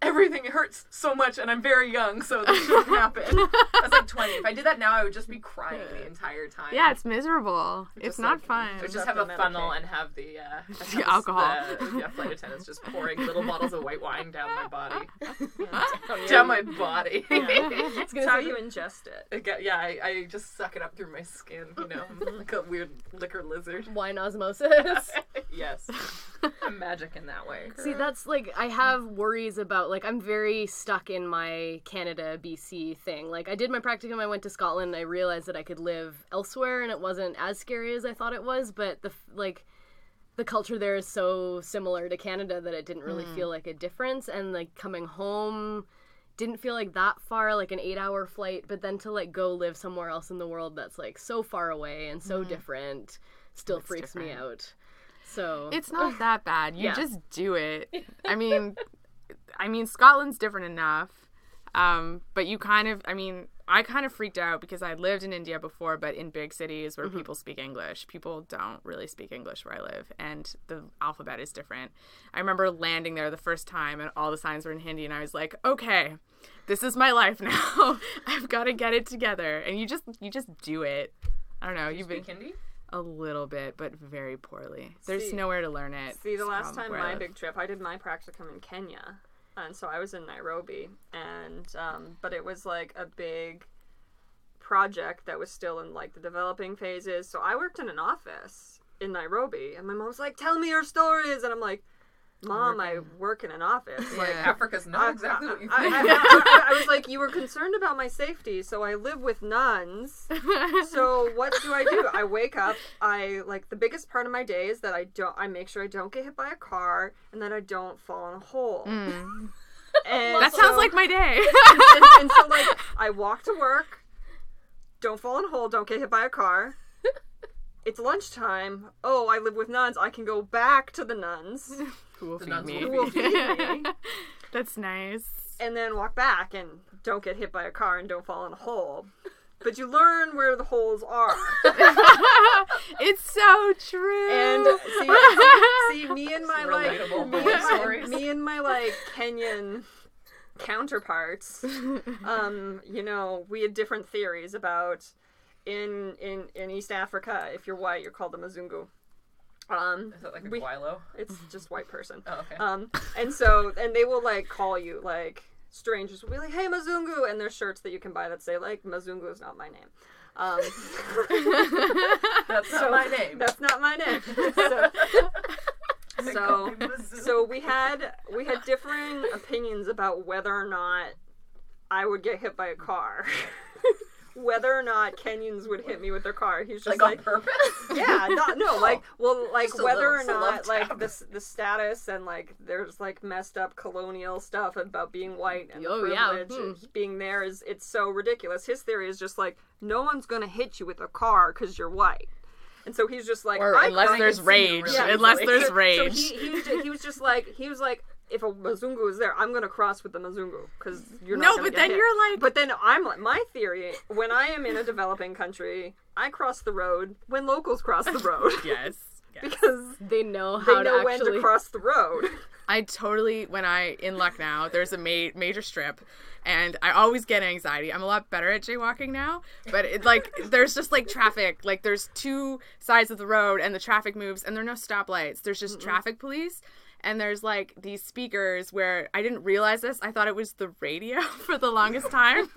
Speaker 3: Everything hurts so much, and I'm very young, so this shouldn't happen. I was like 20. If I did that now, I would just be crying the entire time.
Speaker 4: Yeah, it's miserable. It's
Speaker 3: just,
Speaker 4: not
Speaker 3: like,
Speaker 4: fun.
Speaker 3: So
Speaker 5: Just
Speaker 3: just
Speaker 5: have
Speaker 3: have a
Speaker 5: to
Speaker 3: funnel
Speaker 5: medicate.
Speaker 3: and have the, uh, and have
Speaker 4: alcohol.
Speaker 3: The, [laughs] yeah, flight attendants just pouring little bottles of white wine down my body, [laughs] down my body.
Speaker 2: [laughs] It's
Speaker 5: It's
Speaker 2: gonna
Speaker 5: how
Speaker 2: say-
Speaker 5: you ingest it.
Speaker 3: I get- yeah, I, I just suck it up through my skin, you know, I'm like a weird liquor lizard.
Speaker 2: wine osmosis.
Speaker 3: yes, I'm magic in that way.
Speaker 2: See, that's like I have worries about like I'm very stuck in my Canada BC thing. Like I did my practicum, I went to Scotland, I realized that I could live elsewhere and it wasn't as scary as I thought it was, but the f- like the culture there is so similar to Canada that it didn't really feel
Speaker 5: Hmm.
Speaker 2: like a difference and like coming home didn't feel like that far like an 8-hour flight, but then to like go live somewhere else in the world that's like so far away and
Speaker 5: Hmm.
Speaker 2: so different still freaks me
Speaker 4: different.
Speaker 2: out. So
Speaker 4: It's not that bad. You
Speaker 2: Yeah.
Speaker 4: just do it. I mean, I mean Scotland's different enough, um, but you kind of. I mean, I kind of freaked out because I lived in India before, but in big cities where people speak English, people don't really speak English where I live, and the alphabet is different. I remember landing there the first time, and all the signs were in Hindi, and I was like, okay. This is my life [laughs] now. I've got to get it together, and you just you just do it. I don't know. You've been
Speaker 3: Speak Hindi?
Speaker 4: a little bit, but very poorly. There's
Speaker 5: See-
Speaker 4: nowhere to learn it.
Speaker 5: See, the last
Speaker 4: from
Speaker 5: time
Speaker 4: where I
Speaker 5: my
Speaker 4: live.
Speaker 5: big trip, I did my practicum in Kenya, and so I was in Nairobi, and um, but it was like a big project that was still in like the developing phases. So I worked in an office in Nairobi, and my mom was like, "Tell me your stories," and I'm like, "Mom, I work in an office. Like,
Speaker 4: Yeah.
Speaker 3: Africa's not exactly what you
Speaker 5: I,
Speaker 3: think.
Speaker 5: I- I- I was like, you were concerned about my safety, so I live with nuns.
Speaker 4: [laughs]
Speaker 5: So what do I do? I wake up. I like the biggest part of my day is that I don't. I make sure I don't get hit by a car and that I don't fall in a hole. And
Speaker 4: Mm. that
Speaker 5: so-
Speaker 4: sounds like my day.
Speaker 5: And, [laughs]
Speaker 4: [laughs]
Speaker 5: and so like I walk to work. Don't fall in a hole. Don't get hit by a car. It's lunchtime. Oh, I live with nuns. I can go back to the
Speaker 4: [laughs]
Speaker 5: nuns
Speaker 4: Who will feed
Speaker 3: nuns
Speaker 4: me?
Speaker 5: who
Speaker 3: will
Speaker 5: will feed me.
Speaker 4: [laughs] That's nice.
Speaker 5: and then walk back and don't get hit by a car and don't fall in a hole. But you learn where the holes are.
Speaker 4: It's so true.
Speaker 5: And see, see me and my like
Speaker 3: Relatable
Speaker 5: me and
Speaker 3: horror
Speaker 5: my,
Speaker 3: stories.
Speaker 5: me and my like Kenyan counterparts, um, you know, we had different theories about in in in East Africa, if you're white, you're called a Mazungu. Um,
Speaker 3: Is that like a
Speaker 5: we-
Speaker 3: Guilo?
Speaker 5: it's just white person.
Speaker 3: Oh, okay.
Speaker 5: Um, and so, and they will like call you like strangers will be like, "Hey, Mazungu," and there's shirts that you can buy that say like, "Mazungu is not my name."
Speaker 3: [laughs]
Speaker 5: Um,
Speaker 3: That's not my name.
Speaker 5: that's not
Speaker 3: [laughs]
Speaker 5: my name. So,
Speaker 3: Oh
Speaker 5: so,
Speaker 3: so,
Speaker 5: so we had we had differing opinions about whether or not I would get hit by a car. [laughs] Whether or not Kenyans would hit me with their car, he's just
Speaker 3: like,
Speaker 5: like,
Speaker 3: on purpose? [laughs]
Speaker 5: yeah, not, no,
Speaker 4: [laughs]
Speaker 5: like, well, like
Speaker 3: Just a
Speaker 5: whether or
Speaker 3: little- it's
Speaker 5: not,
Speaker 3: a love
Speaker 5: like
Speaker 3: tap.
Speaker 5: the s- the status and like there's like messed up colonial stuff about being white and the
Speaker 2: Oh, yeah,
Speaker 5: privilege
Speaker 2: hmm.
Speaker 5: and being there is it's so ridiculous. His theory is just like no one's gonna hit you with a car because you're white, and so he's just like,
Speaker 4: or
Speaker 5: I
Speaker 4: unless
Speaker 5: couldn't- [laughs]
Speaker 4: there's
Speaker 3: see you
Speaker 4: rage.
Speaker 3: really
Speaker 4: unless
Speaker 3: easily.
Speaker 4: there's
Speaker 5: so-
Speaker 4: rage.
Speaker 5: [laughs] So he, he, was ju- he was just like he was like. If a Mazungu is there, I'm gonna cross with the Mazungu because you're not
Speaker 4: no,
Speaker 5: gonna
Speaker 4: but
Speaker 5: get
Speaker 4: then
Speaker 5: hit.
Speaker 4: you're like,
Speaker 5: But then I'm like, my theory when I am in a developing country, I cross the road when locals cross the road [laughs]
Speaker 4: yes. yes.
Speaker 5: because
Speaker 2: they know
Speaker 5: they
Speaker 2: how
Speaker 5: know
Speaker 2: to
Speaker 5: when
Speaker 2: actually
Speaker 5: to cross the road. [laughs]
Speaker 4: I totally when I in Lucknow, there's a ma- major strip, and I always get anxiety. I'm a lot better at jaywalking now, but it, like there's just like traffic. Like there's two sides of the road, and the traffic moves, and there are no stoplights. There's just traffic police. and there's like these speakers where I didn't realize this. I thought it was the radio [laughs] for the longest time,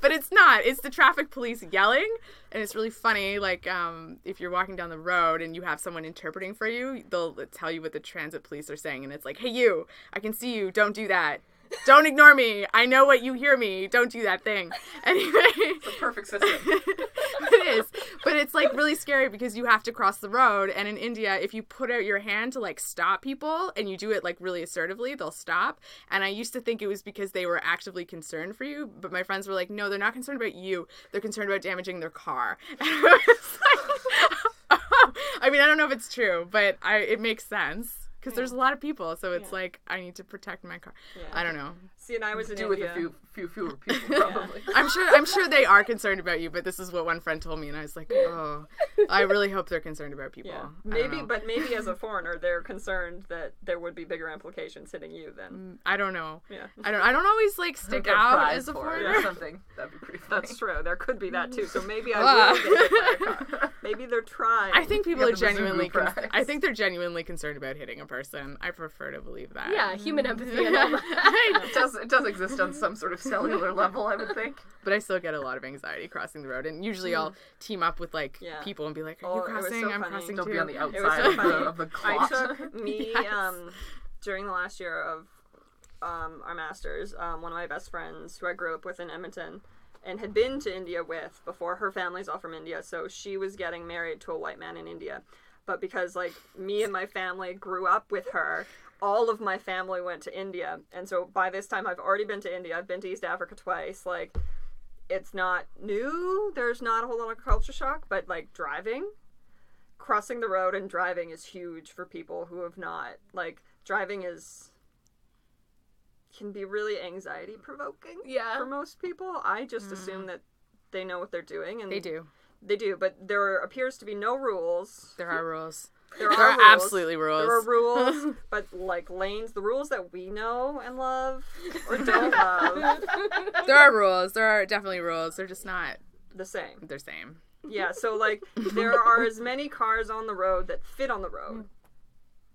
Speaker 4: but it's not. It's the traffic police yelling, and it's really funny. Like um, if you're walking down the road and you have someone interpreting for you, they'll tell you what the transit police are saying, and it's like, "Hey, you! I can see you. Don't do that." Don't ignore me. I know what you hear me. Don't do that thing. [laughs] Anyway,
Speaker 3: Perfect system.
Speaker 4: [laughs] it is. But it's like really scary because you have to cross the road. And in India, if you put out your hand to like stop people and you do it like really assertively, they'll stop. And I used to think it was because they were actively concerned for you. But my friends were like, no, they're not concerned about you. They're concerned about damaging their car. [laughs] And I was like, [laughs] I mean, I don't know if it's true, but I, it makes sense. Because there's a lot of people, so it's like I need to protect my car. I don't know.
Speaker 5: See, and I was in
Speaker 3: Do with
Speaker 5: India.
Speaker 3: a
Speaker 5: [laughs]
Speaker 3: few, few fewer people probably.
Speaker 4: I'm sure I'm sure they are concerned about you, but this is what one friend told me and I was like, "Oh, I really hope they're concerned about people."
Speaker 5: Yeah.
Speaker 4: I don't
Speaker 5: Maybe,
Speaker 4: know.
Speaker 5: but maybe as a
Speaker 4: [laughs]
Speaker 5: foreigner, they're concerned that there would be bigger implications hitting you then.
Speaker 4: I don't know.
Speaker 5: Yeah.
Speaker 4: I don't I don't always like stick
Speaker 3: Get a
Speaker 4: out
Speaker 3: prize
Speaker 4: as a
Speaker 3: for it
Speaker 4: foreigner.
Speaker 3: or something. That'd be pretty funny.
Speaker 5: That's true. There could be that too. So maybe I
Speaker 4: Ah.
Speaker 5: will get hit by a car. Maybe they're trying.
Speaker 4: I think people
Speaker 3: got
Speaker 4: are
Speaker 3: the Mizuzu
Speaker 4: genuinely con-
Speaker 3: prize.
Speaker 4: I think they're genuinely concerned about hitting a person. I prefer to believe that. [laughs]
Speaker 2: Um, Yeah, human empathy and all
Speaker 5: [laughs]
Speaker 2: that.
Speaker 3: It does it does exist on some sort of cellular level, I would [laughs] think.
Speaker 4: but I still get a lot of anxiety crossing the road and usually I'll team up with like
Speaker 5: Mm. Yeah.
Speaker 4: people and be like, "Are
Speaker 5: Oh,
Speaker 4: you
Speaker 5: it was
Speaker 4: crossing?
Speaker 5: so
Speaker 4: I'm
Speaker 5: funny.
Speaker 4: crossing
Speaker 3: Don't
Speaker 4: too."
Speaker 3: be on the
Speaker 5: It was
Speaker 3: outside
Speaker 5: so
Speaker 3: of the,
Speaker 5: funny.
Speaker 3: of the
Speaker 5: I
Speaker 3: clock. [laughs]
Speaker 5: took me
Speaker 4: Yes.
Speaker 5: um, during the last year of um, our masters. Um, one of my best friends, who I grew up with in Edmonton, and had been to India with before. Her family's all from India, so she was getting married to a white man in India. But because like me and my family grew up with her, all of my family went to India, and so by this time I've already been to India. I've been to East Africa twice. Like, it's not new. There's not a whole lot of culture shock, but like driving crossing the road and driving is huge for people who have not like driving is can be really anxiety provoking
Speaker 2: Yeah.
Speaker 5: for most people i just assume that they know what they're doing and
Speaker 4: Mm. They do.
Speaker 5: they do but there appears to be no rules
Speaker 4: [laughs] There
Speaker 5: [laughs]
Speaker 4: are rules.
Speaker 5: there,
Speaker 4: There are
Speaker 5: rules.
Speaker 4: absolutely rules.
Speaker 5: there are rules
Speaker 4: [laughs]
Speaker 5: but like lanes the rules that we know and love or
Speaker 4: [laughs]
Speaker 5: don't love
Speaker 4: there are rules. There are definitely rules. They're just not
Speaker 5: the same
Speaker 4: they're same.
Speaker 5: Yeah, so like
Speaker 4: [laughs]
Speaker 5: there are as many cars on the road that fit on the
Speaker 4: Mm.
Speaker 5: road.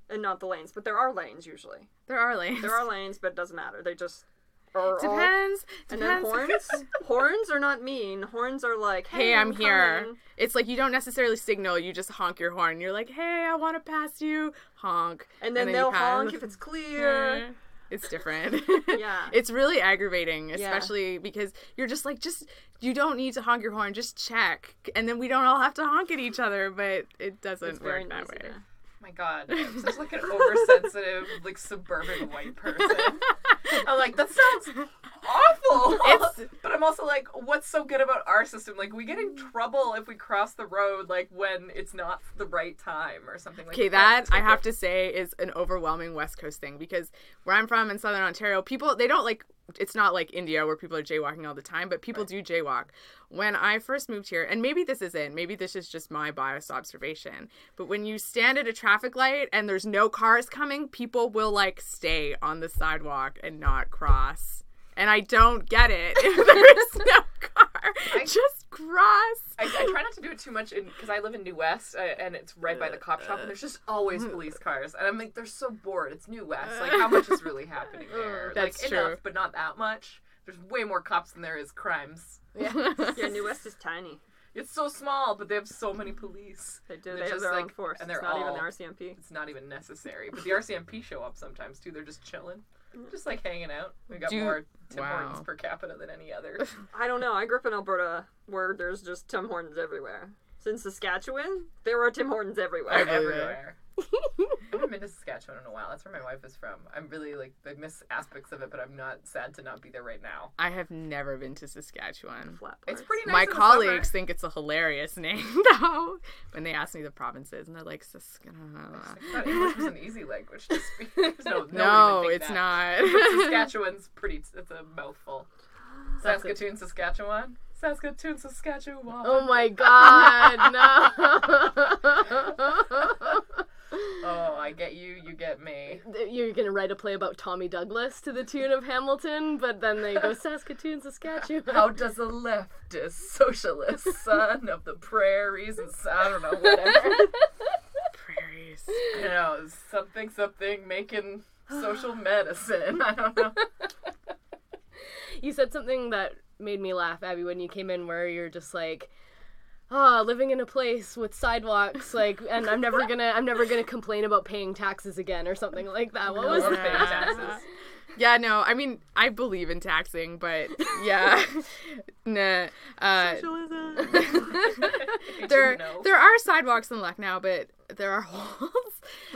Speaker 5: And not the lanes, but there are lanes usually.
Speaker 4: There are lanes. [laughs]
Speaker 5: There are lanes, but it doesn't matter. They just are all-
Speaker 4: Depends.
Speaker 5: And then
Speaker 4: depends.
Speaker 5: horns?
Speaker 4: [laughs]
Speaker 5: horns are not mean. Horns are like, hey,
Speaker 4: hey, I'm here.
Speaker 5: coming.
Speaker 4: It's like you don't necessarily signal, you just honk your horn. You're like, hey, I want to pass you. Honk.
Speaker 5: And then,
Speaker 4: you
Speaker 5: they'll
Speaker 4: pass. Mm-hmm.
Speaker 5: honk if it's clear.
Speaker 4: It's different. [laughs]
Speaker 5: Yeah.
Speaker 4: It's really aggravating, especially because you're just like, just, you don't need to honk your horn, just check. And then we don't all have to honk at each other, but it doesn't
Speaker 5: It's very
Speaker 4: work that
Speaker 5: noisy.
Speaker 4: way.
Speaker 5: there.
Speaker 3: Oh my god, I'm such like an oversensitive, like suburban white person. I'm like, that sounds awful.
Speaker 4: It's-
Speaker 3: [laughs] but I'm also like, what's so good about our system? Like, we get in trouble if we cross the road, like when it's not the right time or something. Like
Speaker 4: Okay, that I have to say is an overwhelming West Coast thing because where I'm from in Southern Ontario, people they don't like it's not like India where people are jaywalking all the time, but people do jaywalk. When I first moved here, and maybe this isn't, maybe this is just my biased observation, but when you stand at a traffic light and there's no cars coming, people will like stay on the sidewalk and not cross. And I don't get it [laughs] if there's no car. just cross.
Speaker 3: I, I try not to do it too much because I live in New West uh, and it's right by the cop
Speaker 4: uh.
Speaker 3: shop and there's just always
Speaker 4: Hmm.
Speaker 3: police cars and I'm like they're so bored. It's New West. Like how much is really
Speaker 4: [laughs]
Speaker 3: happening there?
Speaker 4: Mm, That's
Speaker 3: like
Speaker 4: true.
Speaker 3: enough, but not that much. There's way more cops than there is crimes.
Speaker 5: Yeah, New West is tiny.
Speaker 3: It's so small, but they have so many police.
Speaker 5: They do.
Speaker 3: They're
Speaker 5: They have
Speaker 3: just,
Speaker 5: their own
Speaker 3: like-
Speaker 5: force.
Speaker 3: and
Speaker 5: it's
Speaker 3: they're
Speaker 5: not even
Speaker 3: all-
Speaker 5: the RCMP.
Speaker 3: It's not even necessary. But the RCMP show up sometimes too. They're just chilling, just like hanging out. We got
Speaker 4: Do-
Speaker 3: more Tim
Speaker 4: Wow.
Speaker 3: Hortons per capita than any other.
Speaker 5: I don't know. I grew up in Alberta where there's just Tim Hortons everywhere. Since Saskatchewan, there are Tim Hortons everywhere.
Speaker 4: believe it. [laughs]
Speaker 3: everywhere. I haven't been to Saskatchewan in a while. That's where my wife is from. I'm really like I miss aspects of it, but I'm not sad to not be there right now.
Speaker 4: [laughs] I have never been to Saskatchewan.
Speaker 5: Flat
Speaker 3: It's
Speaker 5: parts.
Speaker 3: pretty nice.
Speaker 4: my
Speaker 3: in the
Speaker 4: colleagues
Speaker 3: summer.
Speaker 4: think it's a hilarious [laughs] name though when they ask me the provinces and they're like Saskatchewan.
Speaker 3: I thought English was an easy language to
Speaker 4: [laughs]
Speaker 3: speak. There's no, nobody would
Speaker 4: no
Speaker 3: think
Speaker 4: it's
Speaker 3: that.
Speaker 4: [laughs] not
Speaker 3: Saskatchewan's pretty. It's a
Speaker 4: [gasps]
Speaker 3: mouthful. Saskatoon, Saskatchewan. Saskatoon, Saskatchewan.
Speaker 2: Oh
Speaker 4: [laughs]
Speaker 2: my
Speaker 4: Uh,
Speaker 2: god, [laughs] no.
Speaker 3: [laughs] Oh, I get you, you get me.
Speaker 2: [laughs] You're gonna write a play about Tommy Douglas to the tune of Hamilton, but then they [laughs] go Saskatoon, [laughs] Saskatchewan.
Speaker 3: How does a leftist socialist son of the prairies and I don't know, whatever.
Speaker 4: prairies [laughs] worst.
Speaker 3: You know, something, something, making
Speaker 2: [sighs]
Speaker 3: social medicine. I
Speaker 2: [laughs]
Speaker 3: don't know.
Speaker 2: You said something that made me laugh, Abby, when you came in, where you're just like, ah, living in a place with sidewalks, like, and I'm never gonna, I'm never gonna complain about paying taxes again or something like that. What was
Speaker 3: Or
Speaker 2: that?
Speaker 3: paying taxes.
Speaker 4: Yeah, no, I mean, I believe in
Speaker 3: [laughs]
Speaker 4: taxing, but yeah, nah. Uh, [laughs]
Speaker 3: [laughs]
Speaker 4: there,
Speaker 3: know.
Speaker 4: there are sidewalks in Lucknow, but there are [laughs] holes.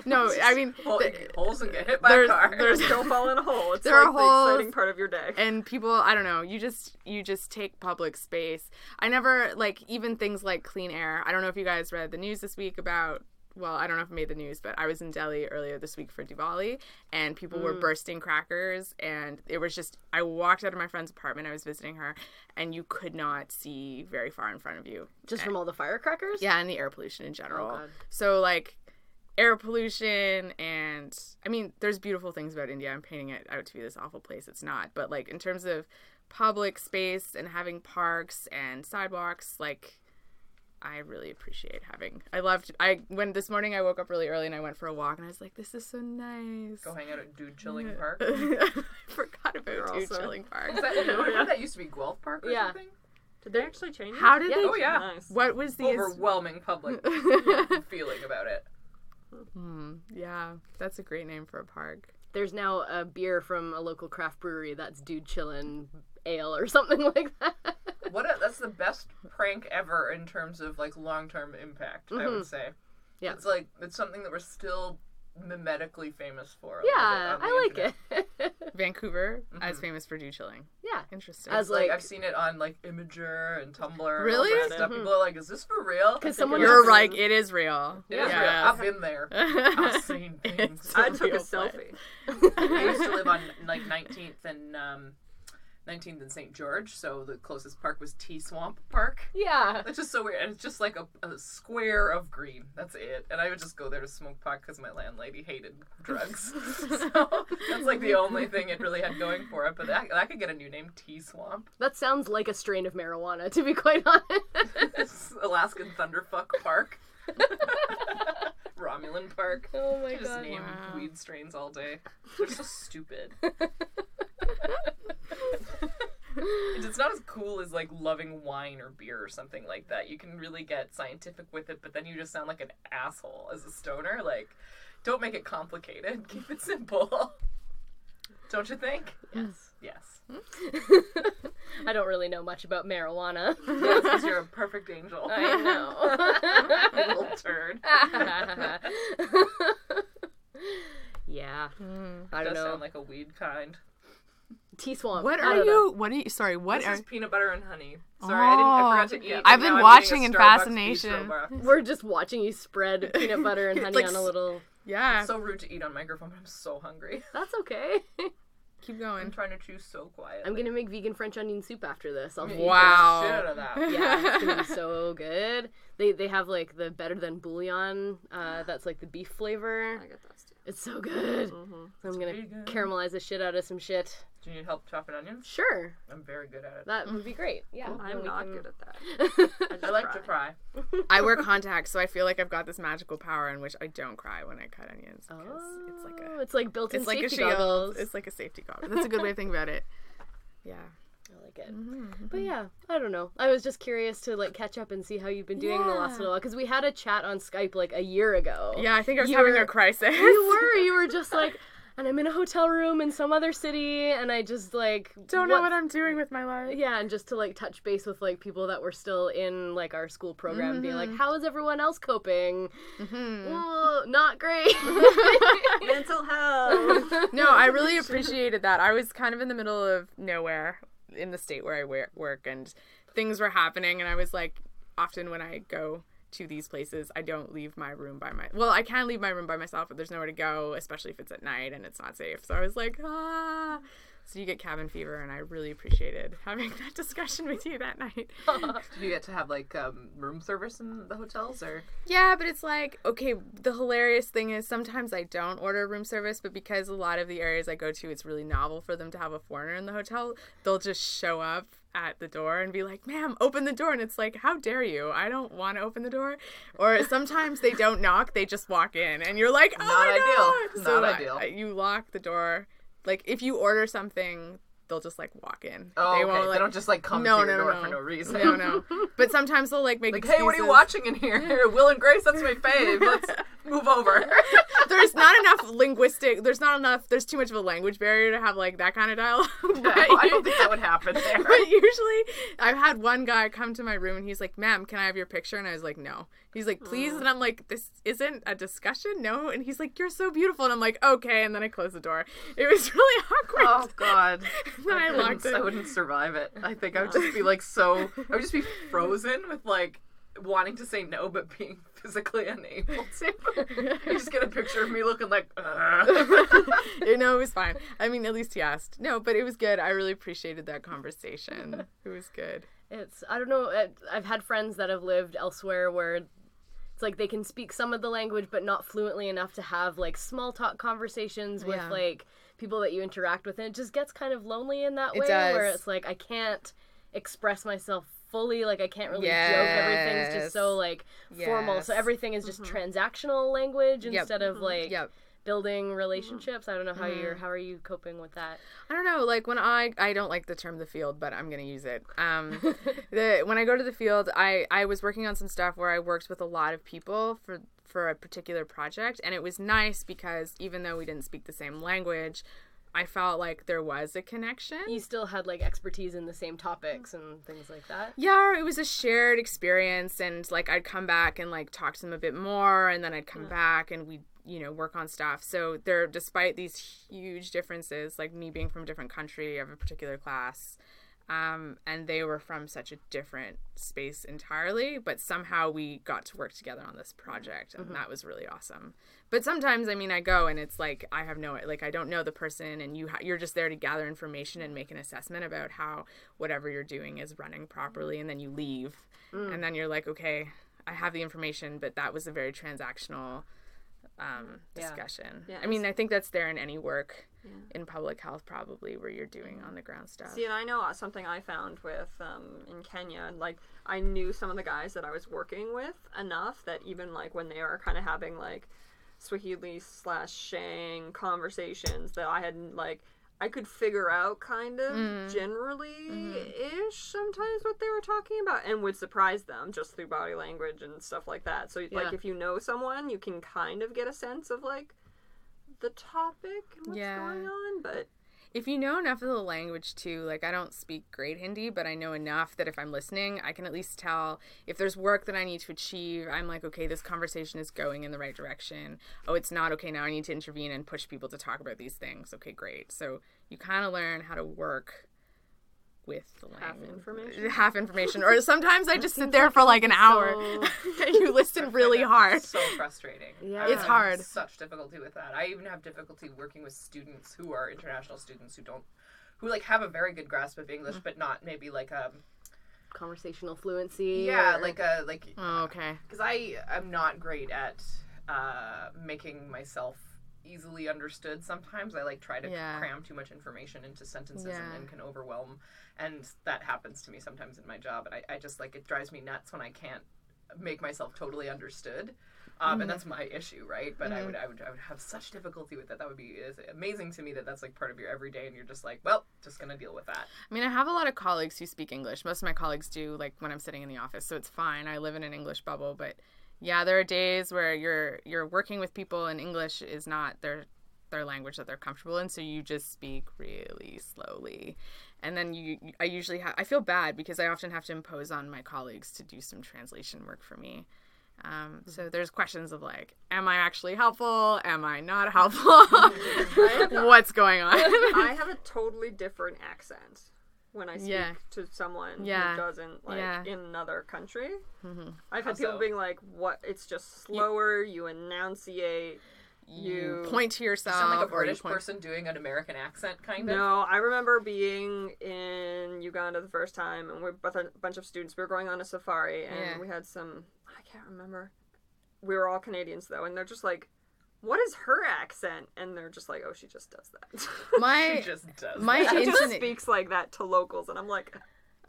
Speaker 4: No, I mean,
Speaker 3: Hole,
Speaker 4: th-
Speaker 3: holes and get hit by a
Speaker 4: there's-
Speaker 3: car. [laughs]
Speaker 4: there's-
Speaker 5: Don't fall in a hole. It's
Speaker 4: There
Speaker 5: like
Speaker 4: are
Speaker 5: the exciting
Speaker 4: holes.
Speaker 5: part of your day.
Speaker 4: and people i don't know you just you just take public space i never like even things like clean air i don't know if you guys read the news this week about well i don't know if it made the news but i was in delhi earlier this week for diwali and people were bursting crackers and it was just i walked out of my friend's apartment i was visiting her and you could not see very far in front of you
Speaker 2: Just from all the firecrackers? Oh,
Speaker 4: yeah, and the air pollution in general.
Speaker 2: God.
Speaker 4: so like air pollution and I mean, there's beautiful things about India. I'm painting it out to be this awful place. It's not. But like in terms of public space and having parks and sidewalks, like I really appreciate having. I loved I when this morning I woke up really early and I went for a walk and I was like, this is so nice.
Speaker 3: Go hang out at Dude Chilling
Speaker 2: [laughs]
Speaker 3: Park. Is
Speaker 4: [laughs] I forgot about
Speaker 5: They're
Speaker 4: Dude
Speaker 5: awesome.
Speaker 4: Chilling Park.
Speaker 3: that, remember that used to be Guelph Park or
Speaker 2: Yeah.
Speaker 3: something?
Speaker 5: Did they actually change?
Speaker 4: How did
Speaker 2: Yeah.
Speaker 4: they
Speaker 3: Oh, yeah.
Speaker 5: Nice.
Speaker 4: what was the
Speaker 3: Overwhelming
Speaker 2: [laughs]
Speaker 3: public feeling about it.
Speaker 4: Hmm, yeah, that's a great name for a park.
Speaker 2: There's now a beer from a local craft brewery that's dude chillin' ale or something [laughs] like that.
Speaker 3: What a, that's the best prank ever in terms of like long term impact. I would say.
Speaker 2: Mm-hmm. Yeah.
Speaker 3: It's like it's something that we're still mimetically famous for.
Speaker 2: Yeah, I like it. [laughs]
Speaker 4: Vancouver as famous for dew chilling.
Speaker 2: yeah.
Speaker 4: Interesting.
Speaker 2: As
Speaker 3: Like,
Speaker 2: like,
Speaker 3: I've seen it on like Imager and Tumblr. and all
Speaker 4: Really?
Speaker 3: that stuff.
Speaker 2: Mm-hmm.
Speaker 3: People are like, "Is this for real?"
Speaker 2: because someone
Speaker 4: you're
Speaker 2: else-
Speaker 4: like it is real.
Speaker 3: It is real. I've been there. [laughs] I've
Speaker 4: [laughs]
Speaker 3: seen things.
Speaker 5: I took a
Speaker 4: Real fun.
Speaker 5: selfie.
Speaker 3: I used to live on like 19th and um, 19th and St. George, so the closest park was Tea Swamp Park.
Speaker 2: Yeah.
Speaker 3: That's just so weird. And it's just like a, a square of green. That's it. And I would just go there to smoke pot because my landlady hated drugs. [laughs] so that's like the only thing it really had going for it. But that, that could get a new name, Tea Swamp. [laughs]
Speaker 2: That sounds like a strain of marijuana, to be quite honest.
Speaker 3: It's Alaskan Thunderfuck Park. [laughs] Romulan Park.
Speaker 2: [laughs] oh my
Speaker 3: I
Speaker 2: [laughs]
Speaker 3: just name
Speaker 4: Wow.
Speaker 3: weed strains all
Speaker 4: [laughs]
Speaker 3: day. They're so stupid. it's not as cool as like loving wine or beer or something like that. You can really get scientific with it, but then you just sound like an asshole as a stoner. Like, don't make it complicated. [laughs] Keep it simple. Don't you think?
Speaker 2: Yes.
Speaker 4: [laughs]
Speaker 3: Yes.
Speaker 2: I don't really know much about marijuana.
Speaker 3: Yes, because you're a perfect
Speaker 4: [laughs]
Speaker 3: angel.
Speaker 2: [laughs] I
Speaker 3: You
Speaker 2: know.
Speaker 3: little turd.
Speaker 2: [laughs] yeah. I don't
Speaker 3: Does
Speaker 2: know.
Speaker 3: sound like a weed kind.
Speaker 2: Tea swamp.
Speaker 4: What
Speaker 2: I
Speaker 4: are
Speaker 2: don't
Speaker 4: you?
Speaker 2: know.
Speaker 4: What are you? Sorry, what
Speaker 3: This
Speaker 4: are?
Speaker 3: is peanut butter and honey. Sorry, I didn't. I forgot
Speaker 4: Oh.
Speaker 3: to eat.
Speaker 4: I've
Speaker 3: and now I'm
Speaker 4: been
Speaker 3: eating a
Speaker 4: watching in
Speaker 3: Starbucks
Speaker 4: fascination.
Speaker 3: bistro bar.
Speaker 2: We're just watching you [laughs] spread peanut butter and
Speaker 4: It's
Speaker 2: honey
Speaker 4: like
Speaker 2: on a
Speaker 4: s-
Speaker 2: little.
Speaker 4: yeah,
Speaker 3: so rude to eat on microphone. but I'm so hungry. [laughs]
Speaker 2: That's okay. [laughs]
Speaker 4: keep
Speaker 3: I'm
Speaker 4: going.
Speaker 3: trying to chew so quiet.
Speaker 2: I'm gonna make vegan French onion soup after this. I'll
Speaker 4: Wow.
Speaker 3: Shit out of [laughs] that.
Speaker 2: Yeah, it's gonna be
Speaker 4: [laughs]
Speaker 2: so good. They they have like the better than bouillon. Uh, that's like the beef flavor.
Speaker 5: I got those too.
Speaker 2: It's so good.
Speaker 4: mm-hmm.
Speaker 2: So I'm
Speaker 3: pretty
Speaker 2: gonna
Speaker 3: good.
Speaker 2: caramelize the shit out of some shit.
Speaker 3: Do you need help chopping onions?
Speaker 2: Sure,
Speaker 3: I'm very good at it.
Speaker 2: that would be great. Yeah,
Speaker 5: I'm
Speaker 2: [laughs]
Speaker 5: not good at
Speaker 4: [laughs]
Speaker 5: that.
Speaker 2: good.
Speaker 3: I like to cry.
Speaker 4: [laughs]
Speaker 3: [laughs]
Speaker 4: I wear contacts, so I feel like I've got this magical power in which I don't cry when I cut onions. 'cause it's like a,
Speaker 2: Oh, it's like built-in
Speaker 4: it's like a
Speaker 2: safety
Speaker 4: shield.
Speaker 2: goggles.
Speaker 4: It's like a safety goggle. That's a good way of thinking about it. Yeah.
Speaker 2: I like it.
Speaker 4: Mm-hmm,
Speaker 2: But yeah, I don't know. I was just curious to like catch up and see how you've been doing the last
Speaker 4: Yeah.
Speaker 2: little while because we had a chat on Skype like a year ago.
Speaker 4: [laughs] Yeah, I think I was
Speaker 2: You
Speaker 4: having
Speaker 2: were-
Speaker 4: a
Speaker 2: you
Speaker 4: crisis.
Speaker 2: were. You were just like, and I'm in a hotel room in some other city, and I just like
Speaker 4: don't know what I'm doing with my life.
Speaker 2: Yeah, and just to like touch base with like people that were still in like our school program, and be like, how is everyone else coping? Well, not great.
Speaker 5: Mental health.
Speaker 4: No, I really appreciated that. I was kind of in the middle of nowhere in the state where I wor- work, and things were happening. And I was like, often when I go to these places, I don't leave my room by my. Well, I can leave my room by myself, but there's nowhere to go, especially if it's at night and it's not safe. So I was like, ah. So you get cabin fever, and I really appreciated having [laughs] that discussion with you that night.
Speaker 3: Did [laughs] you get to have like um, room service in the hotels or?
Speaker 4: Yeah, but it's like, okay, the hilarious thing is sometimes I don't order room service, but because a lot of the areas I go to, it's really novel for them to have a foreigner in the hotel, they'll just show up at the door and be like, ma'am, open the door. And it's like, how dare you? I don't want to open the door. Or sometimes they don't knock, they just walk in. And you're like, oh,
Speaker 3: Not
Speaker 4: my
Speaker 3: ideal.
Speaker 4: God. So
Speaker 3: Not
Speaker 4: I-
Speaker 3: ideal.
Speaker 4: I- you lock the door. Like, if you order something, they'll just like walk in.
Speaker 3: Oh, okay.
Speaker 4: won't,
Speaker 3: they don't just like come
Speaker 4: No,
Speaker 3: to your
Speaker 4: no,
Speaker 3: door
Speaker 4: no.
Speaker 3: for no reason.
Speaker 4: no, no. But sometimes they'll like
Speaker 3: [laughs]
Speaker 4: make
Speaker 3: Like, hey, what are you
Speaker 4: excuses.
Speaker 3: watching in here? [laughs] Will and Grace, that's my fave. Let's [laughs] move over.
Speaker 4: there's not enough linguistic there's not enough there's too much of a language barrier to have like that kind of dialogue [laughs]
Speaker 3: No,
Speaker 4: but,
Speaker 3: I don't think that would happen [laughs] there.
Speaker 4: [laughs] but usually i've had one guy come to my room and he's like ma'am can i have your picture and i was like no he's like please and i'm like this isn't a discussion no and he's like you're so beautiful and i'm like okay and then i close the door it was [laughs] really awkward
Speaker 3: Oh God,
Speaker 4: Then I
Speaker 3: couldn't-
Speaker 4: locked it.
Speaker 3: I wouldn't survive it. I think I would
Speaker 4: [laughs]
Speaker 3: just be like so. I would just be frozen with like wanting to say no, but being [laughs] physically unable
Speaker 4: [laughs]
Speaker 3: to. you just get a picture of me looking like. "Ugh."
Speaker 4: [laughs] you know it was fine i mean at least he asked no but it was good i really appreciated that conversation it was good
Speaker 3: [laughs]
Speaker 2: It's I don't know. I- I've had friends that have lived elsewhere where it's like they can speak some of the language but not fluently enough to have like small talk conversations with
Speaker 4: Yeah.
Speaker 2: like people that you interact with, and it just gets kind of lonely in that
Speaker 4: It
Speaker 2: way where
Speaker 4: does.
Speaker 2: it's like I can't express myself fully. Like I can't really joke. Everything's just
Speaker 4: Yes.
Speaker 2: so like formal. So
Speaker 4: Yes. Mm-hmm.
Speaker 2: everything is just transactional language
Speaker 4: Yep. Mm-hmm.
Speaker 2: instead of like
Speaker 4: yep Mm-hmm.
Speaker 2: building relationships. I don't know how you're how are you coping with that.
Speaker 4: I don't know. Like when I I don't like the term the field, but I'm gonna use it. Um, the when I go to the field, I I was working on some stuff where I worked with a lot of people for for a particular project, and it was nice because even though we didn't speak the same language, I felt like there was a connection.
Speaker 2: You still had like expertise in the same topics and things like that.
Speaker 4: Yeah, it was a shared experience, and like I'd come back and like talk to them a bit more, and then I'd come back and we'd you know work on stuff. So there, despite these huge differences, like me being from a different country of a particular class, um, and they were from such a different space entirely, but somehow we got to work together on this project, and
Speaker 5: Mm-hmm.
Speaker 4: that was really awesome. But sometimes, I mean, I go and it's like I have no, like I don't know the person, and you ha- you're just there to gather information and make an assessment about how whatever you're doing is running properly, and then you leave,
Speaker 5: Mm.
Speaker 4: and then you're like, okay, I have the information, but that was a very transactional um, discussion.
Speaker 5: Yeah,
Speaker 4: I mean, I think that's there in any work in public health, probably where you're doing on the ground stuff.
Speaker 5: Mm. See, and I know uh, something I found with um, in Kenya. Like, I knew some of the guys that I was working with enough that even like when they are kind of having like Swahili slash Shang conversations, that I had like I could figure out kind of
Speaker 4: Mm-hmm.
Speaker 5: generally ish sometimes what they were talking about, and would surprise them just through body language and stuff like that. So,
Speaker 3: Yeah.
Speaker 5: like, if you know someone, you can kind of get a sense of like the topic and what's
Speaker 4: Yeah.
Speaker 5: going on, but.
Speaker 4: if you know enough of the language too like i don't speak great hindi but i know enough that if i'm listening i can at least tell if there's work that i need to achieve i'm like okay this conversation is going in the right direction oh it's not okay now i need to intervene and push people to talk about these things okay great so you kind of learn how to work with the
Speaker 5: Half
Speaker 4: language
Speaker 5: information.
Speaker 4: [laughs] half information or sometimes i just sit there for like an hour [laughs]
Speaker 5: [laughs]
Speaker 4: you listen really hard
Speaker 3: so frustrating.
Speaker 2: Yeah.
Speaker 3: I
Speaker 2: It's
Speaker 3: have
Speaker 4: hard.
Speaker 3: Such difficulty with that. I even have difficulty working with students who are international students who don't, who like have a very good grasp of
Speaker 4: Mm.
Speaker 3: English, but not maybe like um
Speaker 2: Conversational fluency.
Speaker 3: yeah
Speaker 2: or-
Speaker 3: like a like
Speaker 4: oh, okay
Speaker 3: because I am not great at uh, making myself easily understood. Sometimes I like try to
Speaker 4: Yeah.
Speaker 3: cram too much information into sentences
Speaker 4: Yeah.
Speaker 3: and, and can overwhelm, and that happens to me sometimes in my job. And I, I just like it drives me nuts when I can't make myself totally understood. Um,
Speaker 4: Mm.
Speaker 3: And that's my issue, right? But I would, I would, I would have such difficulty with that. That would be it's amazing to me that that's like part of your everyday, and you're just like, well, just gonna deal with that.
Speaker 4: I mean, I have a lot of colleagues who speak English. Most of my colleagues do, like when I'm sitting in the office, so it's fine. I live in an English bubble, but yeah, there are days where you're you're working with people and English is not their their language that they're comfortable in, so you just speak really slowly. And then you I usually ha- I feel bad because I often have to impose on my colleagues to do some translation work for me. Um,
Speaker 3: Mm-hmm.
Speaker 4: so there's questions of like, am I actually helpful? Am I
Speaker 3: [laughs]
Speaker 4: not helpful? [laughs] What's going on?
Speaker 5: I
Speaker 4: [laughs]
Speaker 5: have a totally different accent when I speak
Speaker 4: Yeah.
Speaker 5: to someone
Speaker 4: Yeah.
Speaker 5: who doesn't like
Speaker 4: Yeah. Mm-hmm.
Speaker 5: in another country. I've had people
Speaker 3: so?
Speaker 5: being like, "What? It's just slower. You enunciate.
Speaker 4: you,
Speaker 5: You-
Speaker 4: point to yourself.
Speaker 3: sound like a
Speaker 4: or you
Speaker 3: British
Speaker 4: point-
Speaker 3: person doing an American accent, kind of.
Speaker 5: No, I remember being in Uganda the first time, and we're both a bunch of students. We were going on a safari, and
Speaker 4: Yeah.
Speaker 5: we had some. I can't remember. We were all Canadians though, and they're just like, "What is her accent?" And they're just like, "Oh, she just does that.
Speaker 4: My
Speaker 5: [laughs]
Speaker 3: She just does.
Speaker 4: my
Speaker 5: she just
Speaker 4: internet.
Speaker 5: speaks like that to locals." And I'm like,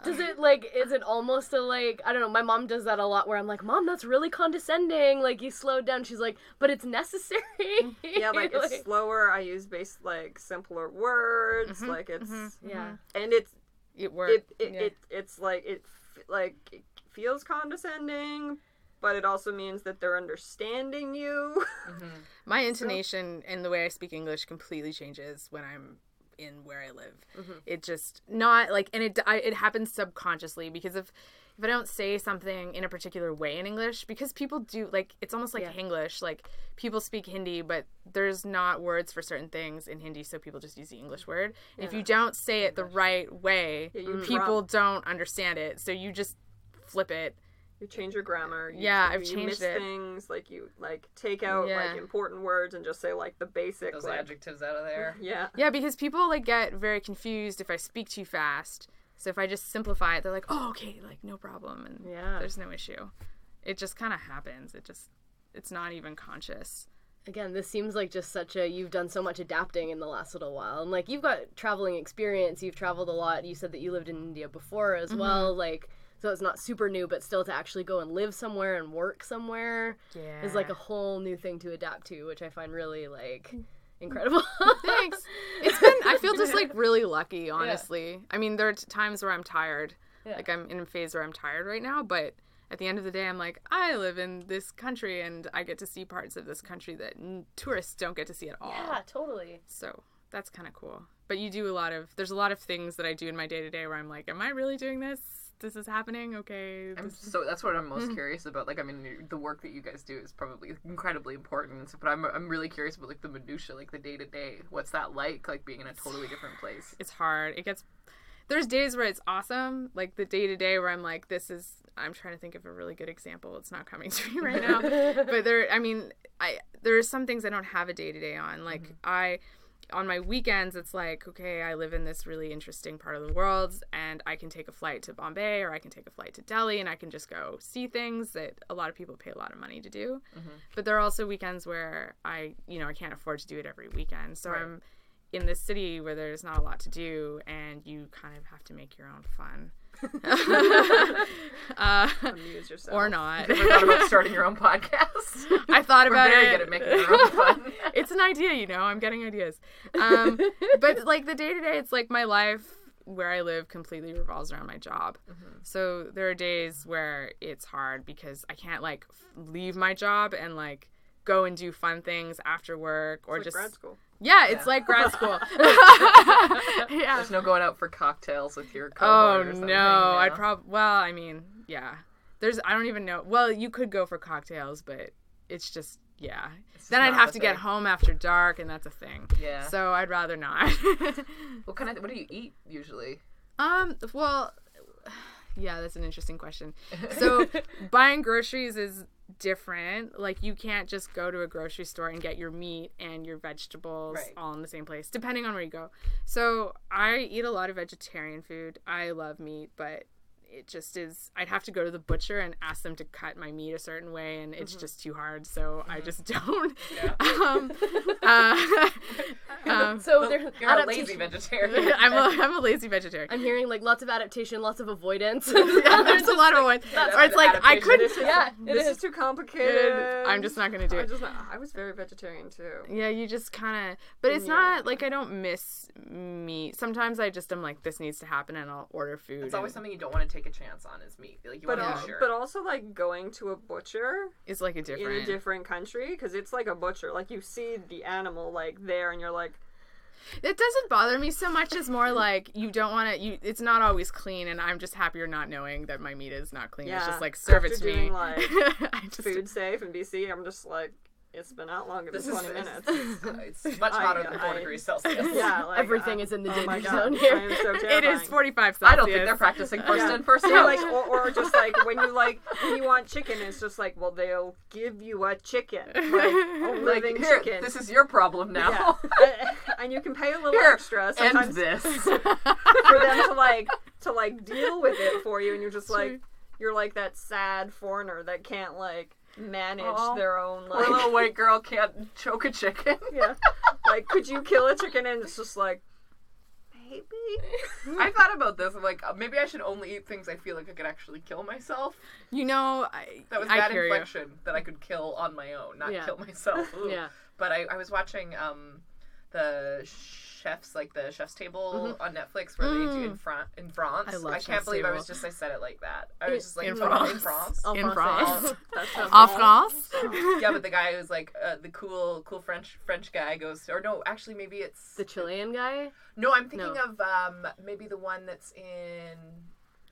Speaker 2: Does it like is it almost a like I don't know, my mom does that a lot where I'm like, Mom, that's really condescending, like you slowed down. She's like, But it's necessary.
Speaker 5: Mm-hmm. "Yeah,
Speaker 2: [laughs]
Speaker 4: [laughs]
Speaker 5: like it's slower. I use base like simpler words.
Speaker 4: Mhm,
Speaker 5: Like it's
Speaker 4: mhm.
Speaker 2: Yeah.
Speaker 5: and it's
Speaker 4: It worked.
Speaker 5: it, it,
Speaker 4: yeah.
Speaker 5: it it's like it f- like it feels condescending but it also means that they're understanding you [laughs]
Speaker 3: Mhm.
Speaker 4: My intonation and the way I speak English completely changes when I'm in where I live.
Speaker 5: Mm-hmm.
Speaker 4: It just not like, and it I, it happens subconsciously because if if I don't say something in a particular way in English, because people do like it's almost like
Speaker 2: Yeah.
Speaker 4: Hinglish. Like people speak Hindi, but there's not words for certain things in Hindi, so people just use the English word. And If you don't say it the right way,
Speaker 5: Yeah, you
Speaker 4: Mm-hmm. people don't understand it. So you just flip it.
Speaker 5: you change your grammar you,
Speaker 4: Yeah, I've
Speaker 5: you
Speaker 4: changed
Speaker 5: miss
Speaker 4: it.
Speaker 5: things like you like take out
Speaker 4: Yeah.
Speaker 5: like important words and just say like the basic
Speaker 3: Those
Speaker 5: like,
Speaker 3: adjectives out of
Speaker 4: "Mm-hmm."
Speaker 3: there.
Speaker 4: [laughs]
Speaker 5: yeah
Speaker 4: Yeah, because people like get very confused if I speak too fast. So if I just simplify it, they're like, "Oh, okay, like no problem," and
Speaker 5: Yeah.
Speaker 4: Mm-hmm. there's no issue. It just kind of happens. It just it's not even conscious.
Speaker 2: Again, this seems like just such a you've done so much adapting in the last little while. And like you've got traveling experience, you've traveled a lot. You said that you lived in India before as well, like so it's not super new, but still to actually go and live somewhere and work somewhere
Speaker 4: Yeah,
Speaker 2: is [laughs] like a whole new thing to adapt to, which I find really like incredible.
Speaker 4: thanks. It's [laughs] been I feel just like really lucky, honestly. I mean, there are t- times where I'm tired.
Speaker 2: Yeah.
Speaker 4: Like I'm in a phase where I'm tired right now, but at the end of the day, I'm like, I live in this country and I get to see parts of this country that n- tourists don't get to see at all.
Speaker 2: yeah, totally.
Speaker 4: So that's kind of cool. But you do a lot of there's a lot of things that I do in my day to day where I'm like, am I really doing this? This is happening. Okay.
Speaker 3: I'm
Speaker 4: This...
Speaker 3: so that's what I'm
Speaker 4: Mm-hmm.
Speaker 3: most curious about. Like, I mean, you- the work that you guys do is probably incredibly important. But I'm I'm really curious about like the minutia, like the day to day. What's that like? Like being in a totally different
Speaker 4: [laughs]
Speaker 3: place.
Speaker 4: It's hard. It gets there's days where it's awesome, like the day to day where I'm like, this is I'm trying to think of a really good example. It's not coming [laughs] to me right now. but there I mean, I there's some things I don't have a day to day on. Like I on my weekends it's like okay i live in this really interesting part of the world and i can take a flight to bombay or i can take a flight to delhi and i can just go see things that a lot of people pay a lot of money to do but there are also weekends where i you know i can't afford to do it every weekend so i'm in this city where there's not a lot to do and you kind of have to make your own
Speaker 3: [laughs]
Speaker 4: fun uh,
Speaker 5: amuse yourself
Speaker 3: [laughs]
Speaker 4: or not
Speaker 3: Ever Oh. thought about starting your own podcast?
Speaker 4: [laughs] i thought
Speaker 3: We're
Speaker 4: about
Speaker 3: very
Speaker 4: it
Speaker 3: good at making our own fun.
Speaker 4: [laughs] it's an idea, you know. I'm getting ideas. Um,
Speaker 3: [laughs]
Speaker 4: but like the day to day, it's like my life where I live completely revolves around my job.
Speaker 3: Mm-hmm.
Speaker 4: So there are days where it's hard because I can't like f- leave my job and like go and do fun things after work or
Speaker 5: Like
Speaker 4: just
Speaker 5: grad school
Speaker 4: yeah, it's like
Speaker 3: [laughs]
Speaker 4: grad school. [laughs] yeah.
Speaker 3: There's no going out for cocktails with your
Speaker 4: Oh
Speaker 3: cohort or
Speaker 4: no,
Speaker 3: something,
Speaker 4: I'd
Speaker 3: no?
Speaker 4: probably. Well, I mean, yeah. There's. I don't even know. Well, you could go for cocktails, but it's just yeah.
Speaker 3: just
Speaker 4: then I'd
Speaker 3: not
Speaker 4: have
Speaker 3: the
Speaker 4: to get
Speaker 3: thing.
Speaker 4: home after dark, and that's a thing.
Speaker 3: Yeah.
Speaker 4: So I'd rather not. [laughs]
Speaker 3: What kind of what do you eat usually?
Speaker 4: um. Well. [sighs] Yeah, that's an interesting question. So buying groceries is different. Like you can't just go to a grocery store and get your meat and your vegetables
Speaker 3: Right.
Speaker 4: all in the same place, depending on where you go. So I eat a lot of vegetarian food. I love meat, but it just is I'd have to go to the butcher and ask them to cut my meat a certain way and it's just too hard, so I just [laughs] don't. um, [laughs] uh, [laughs] um,
Speaker 2: So there's
Speaker 3: You're a
Speaker 4: [laughs]
Speaker 3: lazy vegetarian.
Speaker 4: I'm a, I'm a lazy vegetarian.
Speaker 2: I'm hearing like lots of adaptation, lots of avoidance. [laughs]
Speaker 4: [laughs]
Speaker 3: [laughs]
Speaker 4: Yeah, there's a lot of ones. Or it's like I
Speaker 3: adaptation.
Speaker 4: couldn't.
Speaker 2: yeah, it
Speaker 5: this is
Speaker 2: is.
Speaker 5: too complicated
Speaker 4: I'm just not gonna do
Speaker 5: I
Speaker 4: it.
Speaker 5: just not- I was very vegetarian too
Speaker 4: Yeah, you just kind of, but it's not like I don't miss meat. Sometimes I just am like, this needs to happen, and I'll order food.
Speaker 3: It's always
Speaker 4: and
Speaker 3: something you don't want to take a chance on is meat. Like you
Speaker 5: but,
Speaker 3: want to
Speaker 5: al-
Speaker 3: be sure.
Speaker 5: but also like going to a butcher
Speaker 4: it's like a
Speaker 5: in
Speaker 4: different.
Speaker 5: a different country because it's like a butcher. Like you see the animal like there, and you're like,
Speaker 4: it doesn't bother me so much as more like you don't want to. You, it's not always clean, and I'm just happier not knowing that my meat is not clean. It's
Speaker 5: Yeah.
Speaker 4: just like serve it
Speaker 5: After
Speaker 4: to me.
Speaker 5: doing, like,
Speaker 4: [laughs] I just
Speaker 5: food safe in BC. I'm just like, It's been out longer than
Speaker 3: This is [laughs]
Speaker 5: 20 minutes.
Speaker 3: It's, it's much
Speaker 5: I-
Speaker 3: hotter than four
Speaker 5: I-
Speaker 3: degrees Celsius.
Speaker 5: yeah, like,
Speaker 2: Everything
Speaker 5: I-
Speaker 2: is in the
Speaker 5: oh my
Speaker 2: danger
Speaker 5: God,
Speaker 2: zone
Speaker 5: I am
Speaker 2: here.
Speaker 5: so
Speaker 4: [laughs] It is
Speaker 5: terrified.
Speaker 4: 45 Celsius.
Speaker 3: I don't think they're practicing first
Speaker 5: Yeah.
Speaker 3: in, first
Speaker 5: So,
Speaker 3: out.
Speaker 5: like, or, or just like when you like when you want chicken, it's just like, well, they'll give you a chicken, like a
Speaker 3: [laughs] Like,
Speaker 5: living
Speaker 3: here,
Speaker 5: chicken.
Speaker 3: this is your problem
Speaker 5: yeah.
Speaker 3: now.
Speaker 5: and, [laughs] and you can pay a little
Speaker 3: Here,
Speaker 5: extra
Speaker 3: [laughs] End
Speaker 5: sometimes
Speaker 3: this.
Speaker 5: for them to like to like deal with it for you, and you're just like you're like that sad foreigner that can't like manage
Speaker 3: Aw.
Speaker 5: their own
Speaker 3: Poor little
Speaker 5: like
Speaker 3: white girl can't choke a chicken.
Speaker 5: [laughs] yeah, like could you kill a chicken? And it's just like maybe
Speaker 3: I thought about this. I'm like, uh, maybe I should only eat things I feel like I could actually kill myself.
Speaker 4: You know, I,
Speaker 3: That was
Speaker 4: I
Speaker 3: bad
Speaker 4: hear you.
Speaker 3: inflection that I could kill on my own, not
Speaker 2: Yeah.
Speaker 3: kill myself. Ooh.
Speaker 2: Yeah.
Speaker 3: But I, I was watching um, the chefs, like the chef's table on Netflix, where they do in, Fran- in France.
Speaker 2: I love
Speaker 3: I can't
Speaker 2: Chef's
Speaker 3: believe I
Speaker 2: Table.
Speaker 3: was just I said it like that. I was just like
Speaker 4: In
Speaker 3: "Oh, in
Speaker 4: France.
Speaker 3: France. Oh.
Speaker 4: In
Speaker 2: Français.
Speaker 4: France.
Speaker 5: that's not
Speaker 4: En
Speaker 5: bad.
Speaker 4: France.
Speaker 3: yeah, but the guy who's like uh, the cool, cool French French guy goes, or no, actually maybe it's
Speaker 2: The Chilean guy?
Speaker 3: no. I'm thinking
Speaker 2: no.
Speaker 3: of um, maybe the one that's in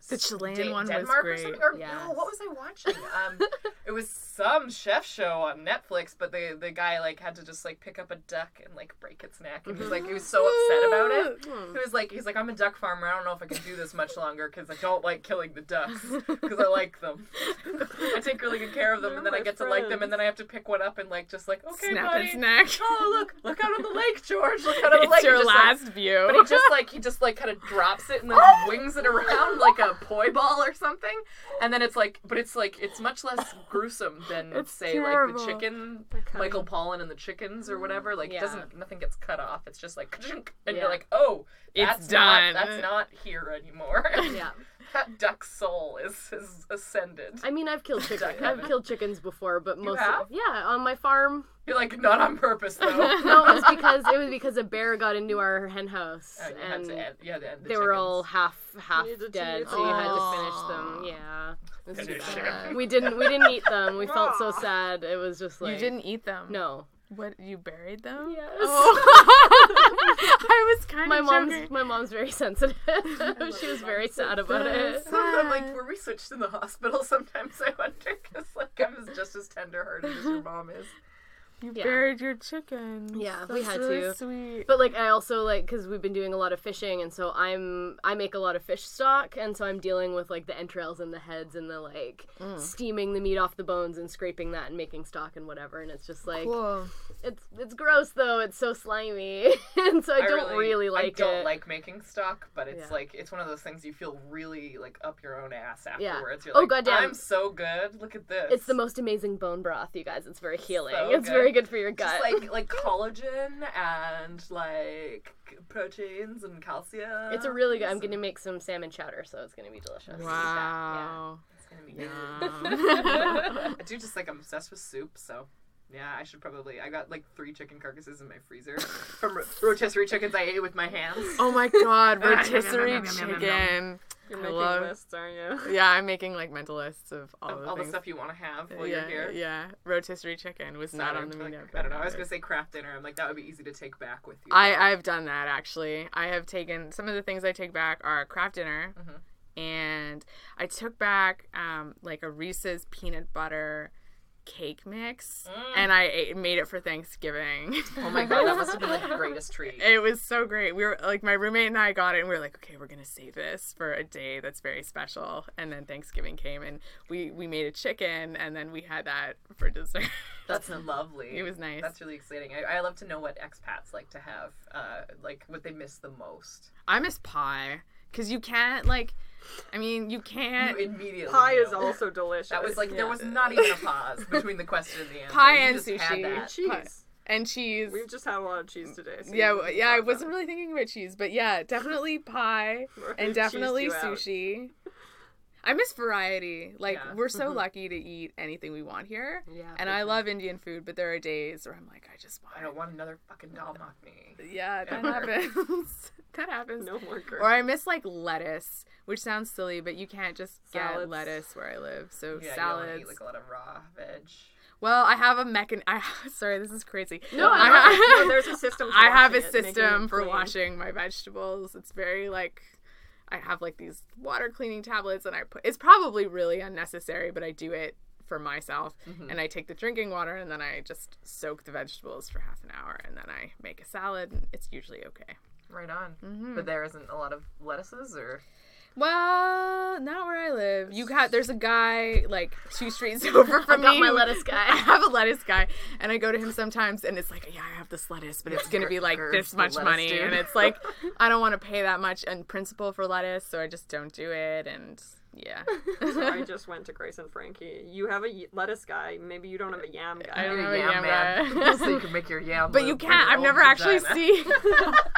Speaker 4: The
Speaker 3: S-
Speaker 4: Chilean
Speaker 3: Den-
Speaker 4: one was
Speaker 3: Denmark
Speaker 4: great.
Speaker 3: or something. Or,
Speaker 2: Yes.
Speaker 3: No, what was I
Speaker 4: [laughs]
Speaker 3: watching? Um, it was some chef show on Netflix, but the the guy like had to just like pick up a duck and like break its neck, and he's like he was so upset about it.
Speaker 4: Mm-hmm.
Speaker 3: He was like, he's like, I'm a duck farmer. I don't know if I can do this much longer because I don't like killing the ducks because I like them. [laughs] I take really good care of them, and
Speaker 5: They're
Speaker 3: then I
Speaker 5: my
Speaker 3: get to like them, and
Speaker 5: friends.
Speaker 3: then I have to pick one up and like just like okay,
Speaker 4: Snap
Speaker 3: buddy. [laughs]
Speaker 4: its neck.
Speaker 3: Oh look! Look out on the lake, George! Look
Speaker 4: [laughs]
Speaker 3: out on the lake!
Speaker 4: It's
Speaker 3: He
Speaker 4: your
Speaker 3: just, like-
Speaker 4: last view. [laughs]
Speaker 3: but he just like he just like kind of drops it and then
Speaker 2: Oh.
Speaker 3: wings it around like a poi ball or something, and then it's like, but it's like it's much less gruesome than
Speaker 4: It's
Speaker 3: say
Speaker 4: terrible.
Speaker 3: like the chicken,
Speaker 5: cutting.
Speaker 3: Michael Pollan and the chickens or whatever. Like it
Speaker 2: Yeah.
Speaker 3: doesn't nothing gets cut off. It's just like ka-chunk, and
Speaker 2: Yeah.
Speaker 3: you're like, oh,
Speaker 4: It's
Speaker 3: that's
Speaker 4: done.
Speaker 3: Not, that's not here anymore.
Speaker 2: Yeah.
Speaker 3: [laughs] that duck's soul is is ascended.
Speaker 2: I mean, I've killed chickens. I've
Speaker 3: heaven.
Speaker 2: killed chickens before, but mostly,
Speaker 3: have?
Speaker 2: yeah, on my farm.
Speaker 3: You're like not on
Speaker 2: [laughs]
Speaker 3: purpose though. Uh,
Speaker 2: No, it was because it was because a bear got into our hen house,
Speaker 3: And Oh, you had
Speaker 2: and
Speaker 3: to end, you had to end the
Speaker 2: they were
Speaker 3: chickens.
Speaker 2: all half half
Speaker 5: needed to
Speaker 2: dead,
Speaker 5: eat
Speaker 2: so you had to finish
Speaker 4: them.
Speaker 2: them. Yeah, It was
Speaker 3: Finish
Speaker 2: just-
Speaker 3: them.
Speaker 2: we didn't we didn't eat them. We felt so sad. It was just like
Speaker 4: you didn't eat them.
Speaker 2: No.
Speaker 4: What you buried them? Oh.
Speaker 2: Yes.
Speaker 3: [laughs]
Speaker 4: [laughs] I was kind
Speaker 2: My
Speaker 4: of
Speaker 2: mom's my mom's very [laughs]
Speaker 3: [laughs]
Speaker 2: sensitive. [laughs] she was very sad about it.
Speaker 3: Sometimes I'm like, were we switched in the hospital? Sometimes I wonder because like I'm as- just as tenderhearted
Speaker 2: [laughs]
Speaker 3: as your mom is.
Speaker 4: You
Speaker 2: Yeah.
Speaker 4: buried your chicken.
Speaker 2: Yeah,
Speaker 4: That's
Speaker 2: we had
Speaker 4: really
Speaker 2: to.
Speaker 4: Sweet.
Speaker 2: But like I also like because we've been doing a lot of fishing, and so I'm I make a lot of fish stock, and so I'm dealing with like the entrails and the heads and the like
Speaker 3: Mm.
Speaker 2: steaming the meat off the bones and scraping that and making stock and whatever. And it's just like
Speaker 4: cool.
Speaker 2: it's it's gross though. It's so slimy, [laughs] and so I, don't really, like
Speaker 3: I don't
Speaker 2: it.
Speaker 3: like making stock, but it's
Speaker 2: Yeah.
Speaker 3: like it's one of those things you feel really like up your own ass afterwards. You're
Speaker 2: Oh,
Speaker 3: like,
Speaker 2: goddamn.
Speaker 3: I'm so good. Look at this.
Speaker 2: it's the most amazing bone broth, you guys. It's very healing.
Speaker 3: So
Speaker 2: it's
Speaker 3: good.
Speaker 2: very good for your gut.
Speaker 3: just
Speaker 2: [laughs]
Speaker 3: like like collagen and like c- proteins and calcium.
Speaker 2: it's a really good. I'm gonna make some salmon chowder, so it's gonna be delicious.
Speaker 3: [laughs]
Speaker 4: Wow.
Speaker 3: It's gonna be good.
Speaker 4: Um,
Speaker 3: I do just like I'm obsessed with soup, so yeah, I should probably. I got like three chicken carcasses in my
Speaker 2: [laughs]
Speaker 3: freezer from ro- rotisserie chickens I ate with my hands.
Speaker 4: oh my
Speaker 3: [laughs]
Speaker 4: god,
Speaker 3: nom, nom,
Speaker 4: rotisserie
Speaker 3: nom, nom, nom, nom, nom.
Speaker 4: chicken.
Speaker 5: You're
Speaker 4: I
Speaker 5: making
Speaker 4: love-
Speaker 5: lists, aren't you?
Speaker 4: Yeah, I'm making like mental lists of all
Speaker 3: Of
Speaker 4: the
Speaker 3: all the
Speaker 4: things.
Speaker 3: stuff you want to have while
Speaker 4: yeah,
Speaker 3: you're here.
Speaker 4: yeah, rotisserie chicken was not
Speaker 3: Sorry,
Speaker 4: on the
Speaker 3: like,
Speaker 4: menu.
Speaker 3: I don't
Speaker 4: but
Speaker 3: know. I was
Speaker 4: it-
Speaker 3: gonna say craft dinner. I'm like that would be easy to take back with you.
Speaker 4: I, I've done that actually. I have taken some of the things I take back are craft dinner,
Speaker 3: Mm-hmm.
Speaker 4: and I took back um, like a Reese's peanut butter cake mix,
Speaker 3: Mm.
Speaker 4: and I ate, made it for Thanksgiving. [laughs]
Speaker 3: oh my god, that must have been like the greatest treat.
Speaker 4: it was so great. We were like my roommate and I got it, and we were like, okay, we're gonna save this for a day that's very special. And then Thanksgiving came, and we we made a chicken, and then we had that for dessert. [laughs]
Speaker 3: That's lovely.
Speaker 4: It was nice.
Speaker 3: That's really exciting. I, I love to know what expats like to have, uh, like what they miss the most.
Speaker 4: I miss pie because you can't like, I mean, you
Speaker 3: You
Speaker 4: can't.
Speaker 3: immediately
Speaker 5: Pie is
Speaker 3: know.
Speaker 5: also delicious.
Speaker 3: That was like there
Speaker 5: Yeah.
Speaker 3: was not even a pause
Speaker 4: [laughs]
Speaker 3: between the question and the answer.
Speaker 4: Pie
Speaker 3: You
Speaker 4: and
Speaker 3: just had
Speaker 4: sushi.
Speaker 3: that.
Speaker 5: cheese.
Speaker 4: pie. and cheese.
Speaker 5: We've just had a lot of cheese today. So
Speaker 4: yeah,
Speaker 5: you
Speaker 4: w- yeah, I
Speaker 5: brought that
Speaker 4: wasn't
Speaker 5: up.
Speaker 4: really thinking about cheese, but yeah,
Speaker 3: [laughs]
Speaker 4: definitely pie
Speaker 5: We've
Speaker 4: and
Speaker 5: cheesed
Speaker 4: definitely
Speaker 5: you out.
Speaker 4: sushi. I miss variety. Like
Speaker 3: Yeah. Mm-hmm.
Speaker 4: we're so lucky to eat anything we want here.
Speaker 2: Yeah,
Speaker 4: And I love Indian food, but there are days where I'm like, I just
Speaker 3: I
Speaker 4: want.
Speaker 3: don't want another fucking dal makhni.
Speaker 4: Yeah, that
Speaker 3: Ever. [laughs]
Speaker 4: happens. [laughs] that happens.
Speaker 5: No more
Speaker 4: Or
Speaker 5: girl.
Speaker 4: I miss like lettuce, which sounds silly, but you can't just get
Speaker 5: Salads.
Speaker 4: lettuce where I live. So
Speaker 3: Yeah, You don't wanna
Speaker 4: salads.
Speaker 3: eat, like a lot of raw veg.
Speaker 4: well, I have a mechan. [laughs] I sorry, this is crazy.
Speaker 2: No,
Speaker 4: I
Speaker 2: no,
Speaker 4: ha-
Speaker 5: No,
Speaker 4: [laughs]
Speaker 5: there's a system. for
Speaker 4: I have
Speaker 5: washing
Speaker 4: a
Speaker 5: it, making
Speaker 4: system
Speaker 5: it
Speaker 4: for
Speaker 5: clean.
Speaker 4: washing my vegetables. It's very like I have like these water cleaning tablets and I put it's probably really unnecessary, but I do it for myself.
Speaker 5: Mm-hmm.
Speaker 4: And I take the drinking water and then I just soak the vegetables for half an hour and then I make a salad and it's usually okay.
Speaker 3: Right on.
Speaker 4: Mm-hmm.
Speaker 3: But there isn't a lot of lettuces or.
Speaker 4: Well, not where I live. You got there's a guy like two streets [laughs] over from
Speaker 2: Got
Speaker 4: me.
Speaker 2: my
Speaker 4: who-
Speaker 2: lettuce
Speaker 4: [laughs] I
Speaker 2: guy.
Speaker 4: have a lettuce guy, and I go to him sometimes, and it's like, yeah, I have this lettuce, but it's gonna be like
Speaker 3: Gerb-
Speaker 4: this
Speaker 3: the
Speaker 4: much
Speaker 3: lettuce
Speaker 4: money,
Speaker 3: dude.
Speaker 4: and it's like, I don't want to pay that much in principle for lettuce, so I just don't do it, and yeah,
Speaker 5: So I just went to Grace and Frankie. You have a y- lettuce guy. Maybe you don't have a yam guy.
Speaker 4: I don't
Speaker 3: You're
Speaker 4: know
Speaker 3: a yam, man. [laughs]
Speaker 4: guy.
Speaker 3: so you can
Speaker 4: [laughs]
Speaker 3: make your yam.
Speaker 4: but you
Speaker 3: loaf with
Speaker 4: can't.
Speaker 3: your
Speaker 4: I've
Speaker 3: own
Speaker 4: never actually
Speaker 3: vagina. [laughs]
Speaker 4: seen [laughs]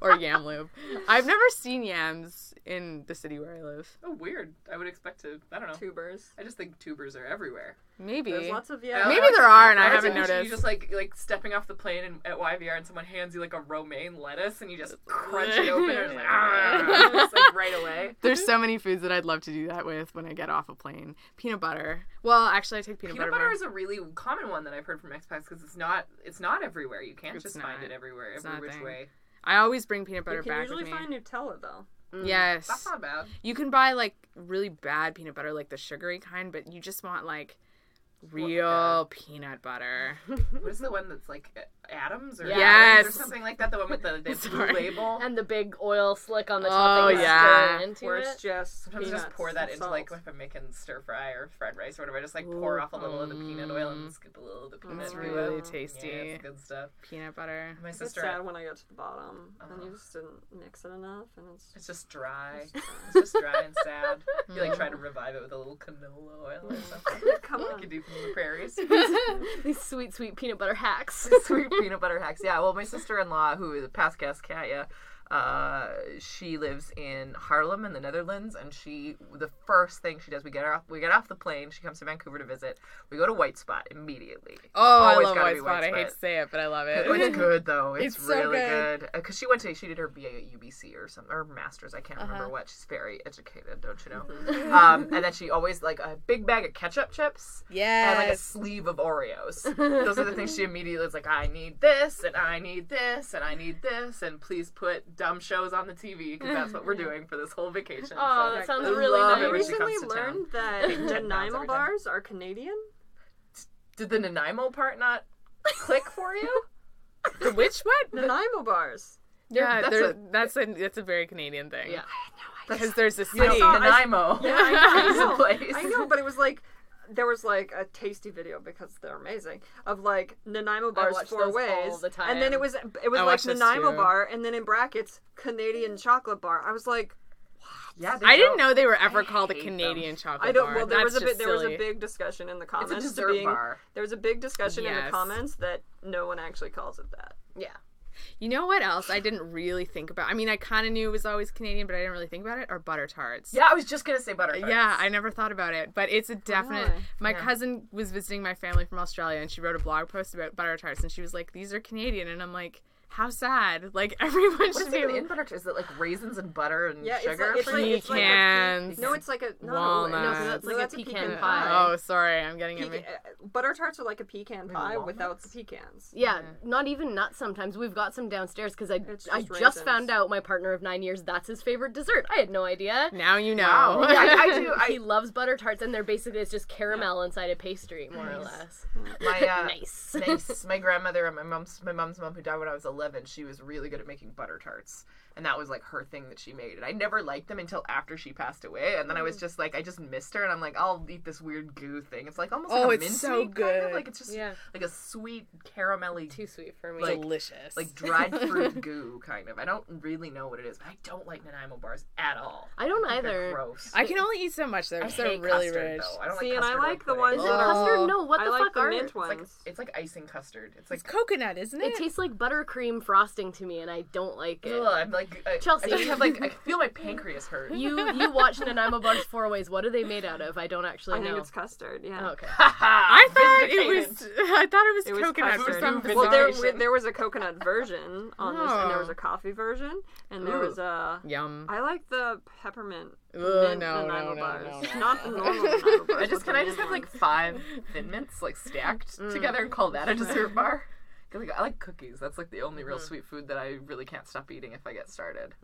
Speaker 4: or yam loop. I've never seen yams in the city where I live.
Speaker 3: Oh, weird. I would expect to. I don't know.
Speaker 5: Tubers.
Speaker 3: I just think tubers are everywhere.
Speaker 5: There's
Speaker 4: Maybe
Speaker 5: lots of
Speaker 3: I
Speaker 5: yeah.
Speaker 4: maybe
Speaker 3: like
Speaker 4: there are, and I
Speaker 3: Or it's
Speaker 4: haven't
Speaker 3: like You
Speaker 4: noticed.
Speaker 3: just like like stepping off the plane and, at YVR, and someone hands you like a romaine lettuce, and you
Speaker 4: [laughs]
Speaker 3: just crunch it open, and it's like, "Argh," [laughs] just, like right away.
Speaker 4: There's so many foods that I'd love to do that with when I get off a plane. Peanut butter. Well, actually, I take [laughs] peanut,
Speaker 3: Peanut
Speaker 4: butter.
Speaker 3: butter is a really common one that I've heard from expats because it's not it's not everywhere. You can't
Speaker 4: It's
Speaker 3: just
Speaker 4: not.
Speaker 3: find it everywhere,
Speaker 4: It's not a
Speaker 3: every which
Speaker 4: thing.
Speaker 3: way.
Speaker 4: I always bring peanut butter
Speaker 5: You can
Speaker 4: back
Speaker 5: usually
Speaker 4: with me.
Speaker 5: find Nutella though.
Speaker 4: Yes.
Speaker 3: That's not bad.
Speaker 4: You can buy like really bad peanut butter, like the sugary kind, but you just want like real peanut butter.
Speaker 3: What
Speaker 4: [laughs]
Speaker 3: is the one that's like Adams or
Speaker 4: Yes.
Speaker 3: Adams or something like that? The one with the, the blue
Speaker 4: Sorry. [laughs]
Speaker 3: label.
Speaker 2: And the big oil slick on the
Speaker 4: Oh,
Speaker 2: top. that you
Speaker 4: yeah.
Speaker 2: stir Into
Speaker 5: Where
Speaker 2: it.
Speaker 5: it's just
Speaker 3: Sometimes I just
Speaker 5: peanuts
Speaker 3: pour that
Speaker 5: and
Speaker 3: into like
Speaker 5: salt.
Speaker 3: if I'm making stir fry or fried rice or whatever. I just like pour off a little of the peanut oil and scoop a little of the peanut.
Speaker 4: It's
Speaker 3: oil.
Speaker 4: really
Speaker 3: Yeah,
Speaker 4: tasty.
Speaker 3: it's good stuff.
Speaker 4: Peanut butter.
Speaker 3: My
Speaker 5: It's
Speaker 3: sister,
Speaker 5: sad when I got to the bottom, and
Speaker 3: Uh-huh.
Speaker 5: you just didn't mix it enough, and it's
Speaker 3: it's just dry. It's just dry and sad. You like try to revive it with a little canola oil or something. [laughs]
Speaker 5: come
Speaker 3: like
Speaker 5: on.
Speaker 3: you do from the prairies.
Speaker 2: [laughs]
Speaker 5: [laughs]
Speaker 2: These sweet, sweet peanut butter hacks. [laughs]
Speaker 3: sweet peanut butter hacks. Yeah, well, my sister in law, who is a past guest, Katya, uh, she lives in Harlem in the Netherlands, and she the first thing she does we get her off we get off the plane. She comes to Vancouver to visit. We go to White Spot immediately.
Speaker 4: Oh, I
Speaker 3: Always
Speaker 4: love
Speaker 3: gotta
Speaker 4: white
Speaker 3: be
Speaker 4: spot. I hate to say it, but I love it.
Speaker 3: Oh,
Speaker 4: [laughs]
Speaker 3: it's good though. It's,
Speaker 4: It's so
Speaker 3: really
Speaker 4: good.
Speaker 3: good because she went to she did her BA at UBC or something or masters. I can't
Speaker 5: Uh-huh.
Speaker 3: remember what. She's very educated, don't you know?
Speaker 5: Mm-hmm.
Speaker 3: um, and then
Speaker 5: [laughs]
Speaker 3: she always like a big bag of ketchup chips and like a
Speaker 4: yes.
Speaker 3: sleeve of Oreos. Those are the things she
Speaker 5: [laughs]
Speaker 3: immediately is like, I need this and I need this and I need this and please put dumb shows on the TV because that's what
Speaker 5: [laughs]
Speaker 3: we're doing for this whole vacation.
Speaker 2: Oh,
Speaker 3: so.
Speaker 2: that sounds
Speaker 3: I
Speaker 2: really
Speaker 3: love
Speaker 5: I
Speaker 3: it when
Speaker 2: nice.
Speaker 3: she comes to
Speaker 5: recently
Speaker 3: town. [laughs]
Speaker 5: learned that
Speaker 3: Ten pounds
Speaker 5: Nanaimo
Speaker 3: every time.
Speaker 5: bars are Canadian.
Speaker 3: [laughs] Did the Nanaimo part
Speaker 5: [laughs]
Speaker 3: not click for you?
Speaker 4: The Which what?
Speaker 5: Nanaimo bars.
Speaker 4: Yeah,
Speaker 3: that's
Speaker 4: that's a,
Speaker 3: a-
Speaker 4: that's a that's a very Canadian thing. [laughs]
Speaker 2: Yeah.
Speaker 4: Because there's a
Speaker 3: You know,
Speaker 4: city.
Speaker 3: Nanaimo.
Speaker 5: I
Speaker 3: [laughs] is a
Speaker 5: know.
Speaker 3: place.
Speaker 5: I know, but it was like there was like a tasty video because they're amazing of like Nanaimo bars
Speaker 2: watch
Speaker 5: four
Speaker 2: those
Speaker 5: ways,
Speaker 2: all the
Speaker 5: and
Speaker 2: time.
Speaker 5: then it was it was
Speaker 4: I
Speaker 5: like
Speaker 4: watch those
Speaker 5: Nanaimo
Speaker 4: too.
Speaker 5: bar, and then in brackets Canadian chocolate bar. I was like,
Speaker 3: Yeah, they
Speaker 4: I
Speaker 3: don't-
Speaker 4: didn't know they were ever called a
Speaker 3: hate
Speaker 4: Canadian chocolate
Speaker 5: I don't.
Speaker 4: bar.
Speaker 5: Well, there
Speaker 4: That's
Speaker 5: was a
Speaker 4: just
Speaker 5: bit. There was
Speaker 4: silly.
Speaker 5: a big discussion in the
Speaker 3: It's a
Speaker 5: comments.
Speaker 3: dessert
Speaker 5: being,
Speaker 3: bar.
Speaker 5: There was a big discussion in
Speaker 4: Yes.
Speaker 5: the comments that no one actually calls it that.
Speaker 2: Yeah.
Speaker 4: You know what else I didn't really think about? I mean, I kind of knew it was always Canadian, but I didn't really think about it. Are butter tarts?
Speaker 3: Yeah, I was just gonna say butter.
Speaker 4: Yeah, I never thought about it, but it's a definite.
Speaker 5: Really?
Speaker 4: My cousin was visiting my family from Australia, and she wrote a blog post about butter tarts, and she was like, "These are Canadian," and I'm like, "How sad! Like [laughs] everyone
Speaker 3: What
Speaker 4: should
Speaker 3: is
Speaker 4: be
Speaker 3: even
Speaker 4: able
Speaker 3: in butter? Is it like raisins and butter and
Speaker 5: Yeah, it's
Speaker 3: sugar?
Speaker 5: like- it's
Speaker 3: for you?
Speaker 4: [laughs]
Speaker 5: like- it's like a pe-
Speaker 4: Mm. Pecans,
Speaker 5: No, it's like a no, no, no,
Speaker 4: walnuts.
Speaker 5: no, that's
Speaker 2: No,
Speaker 5: like a pecan, pie.
Speaker 4: Oh, sorry, I'm getting it.
Speaker 5: Pecan-
Speaker 4: mi-
Speaker 5: uh, butter tarts are like a pecan pie without the pecans.
Speaker 2: Yeah, not even nuts sometimes. We've got some downstairs because I,
Speaker 5: It's
Speaker 2: I
Speaker 5: just
Speaker 2: just found
Speaker 5: raisins.
Speaker 2: out my partner of nine years, that's his favorite dessert. I had no idea.
Speaker 4: Now you know.
Speaker 3: Wow. Oh, Yeah, I, I do.
Speaker 5: [laughs]
Speaker 2: he
Speaker 3: I,
Speaker 2: loves butter tarts, and they're basically, it's just caramel inside a pastry, more or less.
Speaker 3: my uh,
Speaker 2: Nice.
Speaker 3: [laughs] nice. My grandmother and my mom's my mom's mom who died when I was eleven. She was really good at making butter tarts, and that was like her thing that she made. And I never liked them until after she passed away. And then I
Speaker 5: Mm.
Speaker 3: was just like, I just missed her, and I'm like, I'll eat this weird goo thing. It's like almost
Speaker 4: Oh,
Speaker 3: like a
Speaker 4: it's
Speaker 3: mincemeat
Speaker 4: so
Speaker 3: Kind of.
Speaker 4: good.
Speaker 3: Like it's just
Speaker 2: Yeah.
Speaker 3: like a sweet caramelly
Speaker 2: Too sweet for me.
Speaker 3: Like-
Speaker 4: Delicious.
Speaker 3: like dried
Speaker 4: [laughs]
Speaker 3: fruit goo kind of. I don't really know what it is, but I don't like Nanaimo bars at all.
Speaker 2: I don't
Speaker 3: They're
Speaker 2: either.
Speaker 3: gross.
Speaker 4: [laughs] I can only eat so much though.
Speaker 3: I
Speaker 4: because They're
Speaker 3: hate
Speaker 4: really
Speaker 3: custard,
Speaker 4: rich.
Speaker 3: Though. I don't
Speaker 5: See,
Speaker 3: like
Speaker 5: and I
Speaker 3: custard or
Speaker 5: like the
Speaker 3: pudding.
Speaker 5: ones
Speaker 2: Is
Speaker 5: that
Speaker 2: it
Speaker 5: Oh.
Speaker 2: custard? No, what
Speaker 5: I
Speaker 2: the
Speaker 5: like
Speaker 2: fuck
Speaker 5: the
Speaker 2: are
Speaker 5: mint
Speaker 3: It's like
Speaker 5: ones.
Speaker 3: it's like icing custard. It's like
Speaker 4: It's coconut, isn't it?
Speaker 2: It tastes like buttercream frosting to me, and I don't like it.
Speaker 3: ugh, I'm like I,
Speaker 2: Chelsea.
Speaker 3: I just have
Speaker 4: [laughs]
Speaker 3: like I feel my pancreas hurt. [laughs]
Speaker 2: You you watch Nanaimo Bars Four Ways. What are they made out of? I don't actually
Speaker 5: I think
Speaker 2: know.
Speaker 5: it's custard. Yeah.
Speaker 2: Oh, okay.
Speaker 4: I thought it was. [laughs] I thought it was,
Speaker 5: It was
Speaker 4: coconut for
Speaker 5: custard.
Speaker 4: some bizarre
Speaker 5: Well, there,
Speaker 4: reason.
Speaker 5: there was a coconut version on this, and there was
Speaker 4: Oh.
Speaker 5: a coffee version, and there
Speaker 3: Ooh.
Speaker 5: was a.
Speaker 4: Yum.
Speaker 5: I like the peppermint
Speaker 4: Ugh,
Speaker 5: mint
Speaker 4: no,
Speaker 5: Nanaimo
Speaker 4: no, no,
Speaker 5: bars,
Speaker 4: no,
Speaker 5: [laughs]
Speaker 4: no.
Speaker 5: not the normal Nanaimo bars.
Speaker 3: I just can
Speaker 5: but the
Speaker 3: I just
Speaker 5: mint
Speaker 3: have like
Speaker 5: ones.
Speaker 3: five thin mints like stacked
Speaker 4: Mm.
Speaker 3: together and call that a
Speaker 4: [laughs]
Speaker 3: dessert bar? 'Cause, Like, I like
Speaker 4: Mm.
Speaker 3: Oh, cookies. That's like the only real sweet food that I really can't stop eating if I get started.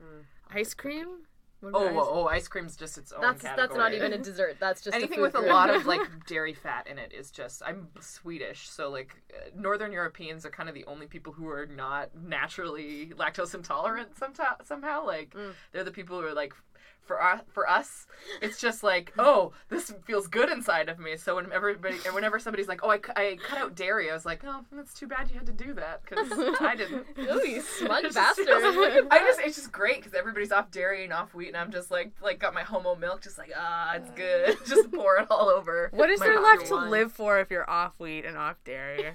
Speaker 4: Ice cream? What
Speaker 3: Oh,
Speaker 4: about ice-
Speaker 3: oh, oh, ice cream's just its own
Speaker 2: That's
Speaker 3: category.
Speaker 2: that's not
Speaker 3: [laughs]
Speaker 2: even a dessert. That's just
Speaker 3: Anything
Speaker 2: a
Speaker 3: with
Speaker 2: food
Speaker 3: a
Speaker 2: group.
Speaker 3: lot
Speaker 2: [laughs]
Speaker 3: of like dairy fat in it is just. I'm Swedish, so like uh, Northern Europeans are kind of the only people who are not naturally lactose intolerant. Somehow, somehow, like
Speaker 2: Mm.
Speaker 3: they're the people who are like, for us, for us, it's just like, oh, this feels good inside of me. So when everybody, and whenever somebody's like, oh, I, cu- I cut out dairy, I was like, oh, that's too bad you had to do that because
Speaker 2: [laughs]
Speaker 3: I didn't.
Speaker 2: Ooh,
Speaker 3: [laughs]
Speaker 2: you smug
Speaker 3: It's just-
Speaker 2: bastard!
Speaker 3: I just it's just great because everybody's off dairy and off wheat, and I'm just like like got my homo milk, just like ah, it's good. [laughs] just pour it all over.
Speaker 4: What is
Speaker 3: my
Speaker 4: there
Speaker 3: mouth.
Speaker 4: left to live for if you're off wheat and off dairy?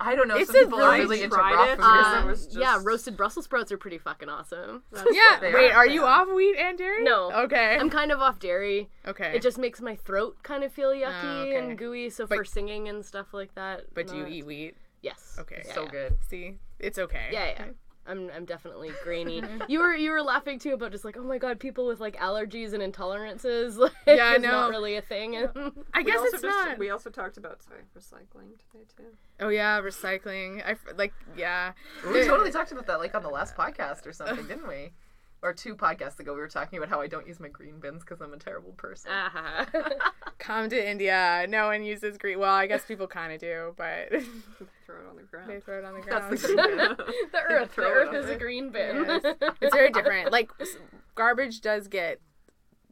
Speaker 3: I don't know.
Speaker 4: It's
Speaker 3: Some
Speaker 4: a
Speaker 3: people are
Speaker 4: really-
Speaker 3: really into
Speaker 5: tried
Speaker 3: raw
Speaker 5: it.
Speaker 3: food.
Speaker 5: Uh,
Speaker 2: Um,
Speaker 5: was just-
Speaker 2: Yeah, roasted Brussels sprouts are pretty fucking awesome.
Speaker 4: yeah.
Speaker 3: They
Speaker 4: Wait,
Speaker 3: are,
Speaker 4: are
Speaker 3: they
Speaker 4: you
Speaker 3: are.
Speaker 4: off wheat and dairy?
Speaker 2: No.
Speaker 4: Okay.
Speaker 2: I'm kind of off dairy.
Speaker 4: okay.
Speaker 2: It just makes my throat kind of feel yucky
Speaker 4: Oh, okay.
Speaker 2: and gooey. So for singing and stuff like that.
Speaker 4: but do you
Speaker 2: not-
Speaker 4: eat wheat?
Speaker 2: Yes.
Speaker 4: Okay.
Speaker 3: so
Speaker 4: yeah.
Speaker 3: good.
Speaker 4: See, it's okay.
Speaker 2: Yeah, yeah. I'm, I'm
Speaker 4: [laughs]
Speaker 2: definitely grainy. you were you were laughing too about just like oh my god people with like allergies and intolerances [laughs] like
Speaker 4: Yeah, I
Speaker 2: is not
Speaker 4: know.
Speaker 2: really a thing. [laughs]
Speaker 4: I
Speaker 5: We
Speaker 4: guess
Speaker 5: also
Speaker 4: it's
Speaker 5: just-
Speaker 4: not.
Speaker 5: We also talked about sorry recycling today too.
Speaker 4: Oh yeah, recycling. I f- like yeah.
Speaker 3: We totally talked about that like on the last podcast or something, didn't we? Or two podcasts ago, we were talking about how I don't use my green bins because I'm a terrible person.
Speaker 2: Ah.
Speaker 4: [laughs] Come to India. No one uses green. Well, I guess people kind of do, but [laughs]
Speaker 5: Throw it on the
Speaker 4: they
Speaker 5: ground.
Speaker 4: throw it on the ground.
Speaker 3: That's the green bin.
Speaker 2: [laughs] the earth, the
Speaker 3: Throw it
Speaker 2: earth
Speaker 3: on
Speaker 2: is a
Speaker 3: there.
Speaker 2: green bin. [laughs]
Speaker 4: Yes. [laughs] it's very different. Like s- garbage does get,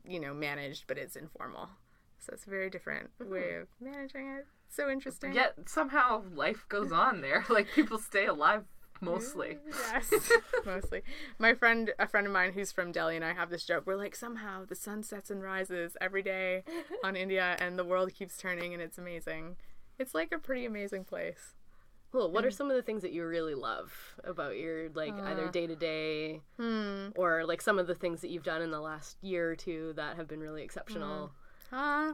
Speaker 4: you know, managed, but it's informal. So it's a very different way of managing it. So interesting.
Speaker 3: Yet somehow life goes on there. [laughs] Like people stay alive mostly.
Speaker 4: Yes, mostly. My friend, a friend of mine who's from Delhi, and I have this joke. We're like, somehow the sun sets and rises every day on India, and the world keeps turning, and it's amazing. It's like a pretty amazing place.
Speaker 2: Cool. What are some of the things that you really love about your like either day to day
Speaker 4: Hmm.
Speaker 2: or like some of the things that you've done in the last year or two that have been really exceptional?
Speaker 4: Uh,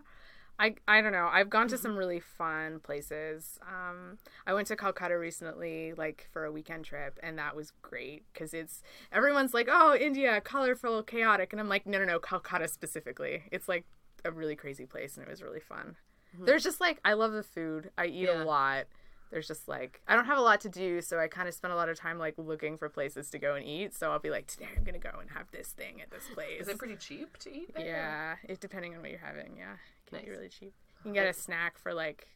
Speaker 4: I, I don't know. I've gone to some really fun places. Um, I went to Calcutta recently, like for a weekend trip, and that was great because it's everyone's like, oh, India, colorful, chaotic. And I'm like, no, no, no, Calcutta specifically. It's like a really crazy place, and it was really fun.
Speaker 3: Mm-hmm.
Speaker 4: There's just like, I love the food, I eat
Speaker 2: Yeah.
Speaker 4: a lot. There's just like, I don't have a lot to do, so I kind of spend a lot of time like looking for places to go and eat. So I'll be like, today I'm going to go and have this thing at this place.
Speaker 3: Is it pretty cheap to eat? There?
Speaker 4: Yeah, it depending on what you're having. Yeah, it can be
Speaker 2: Nice.
Speaker 4: really cheap. You can get a snack for like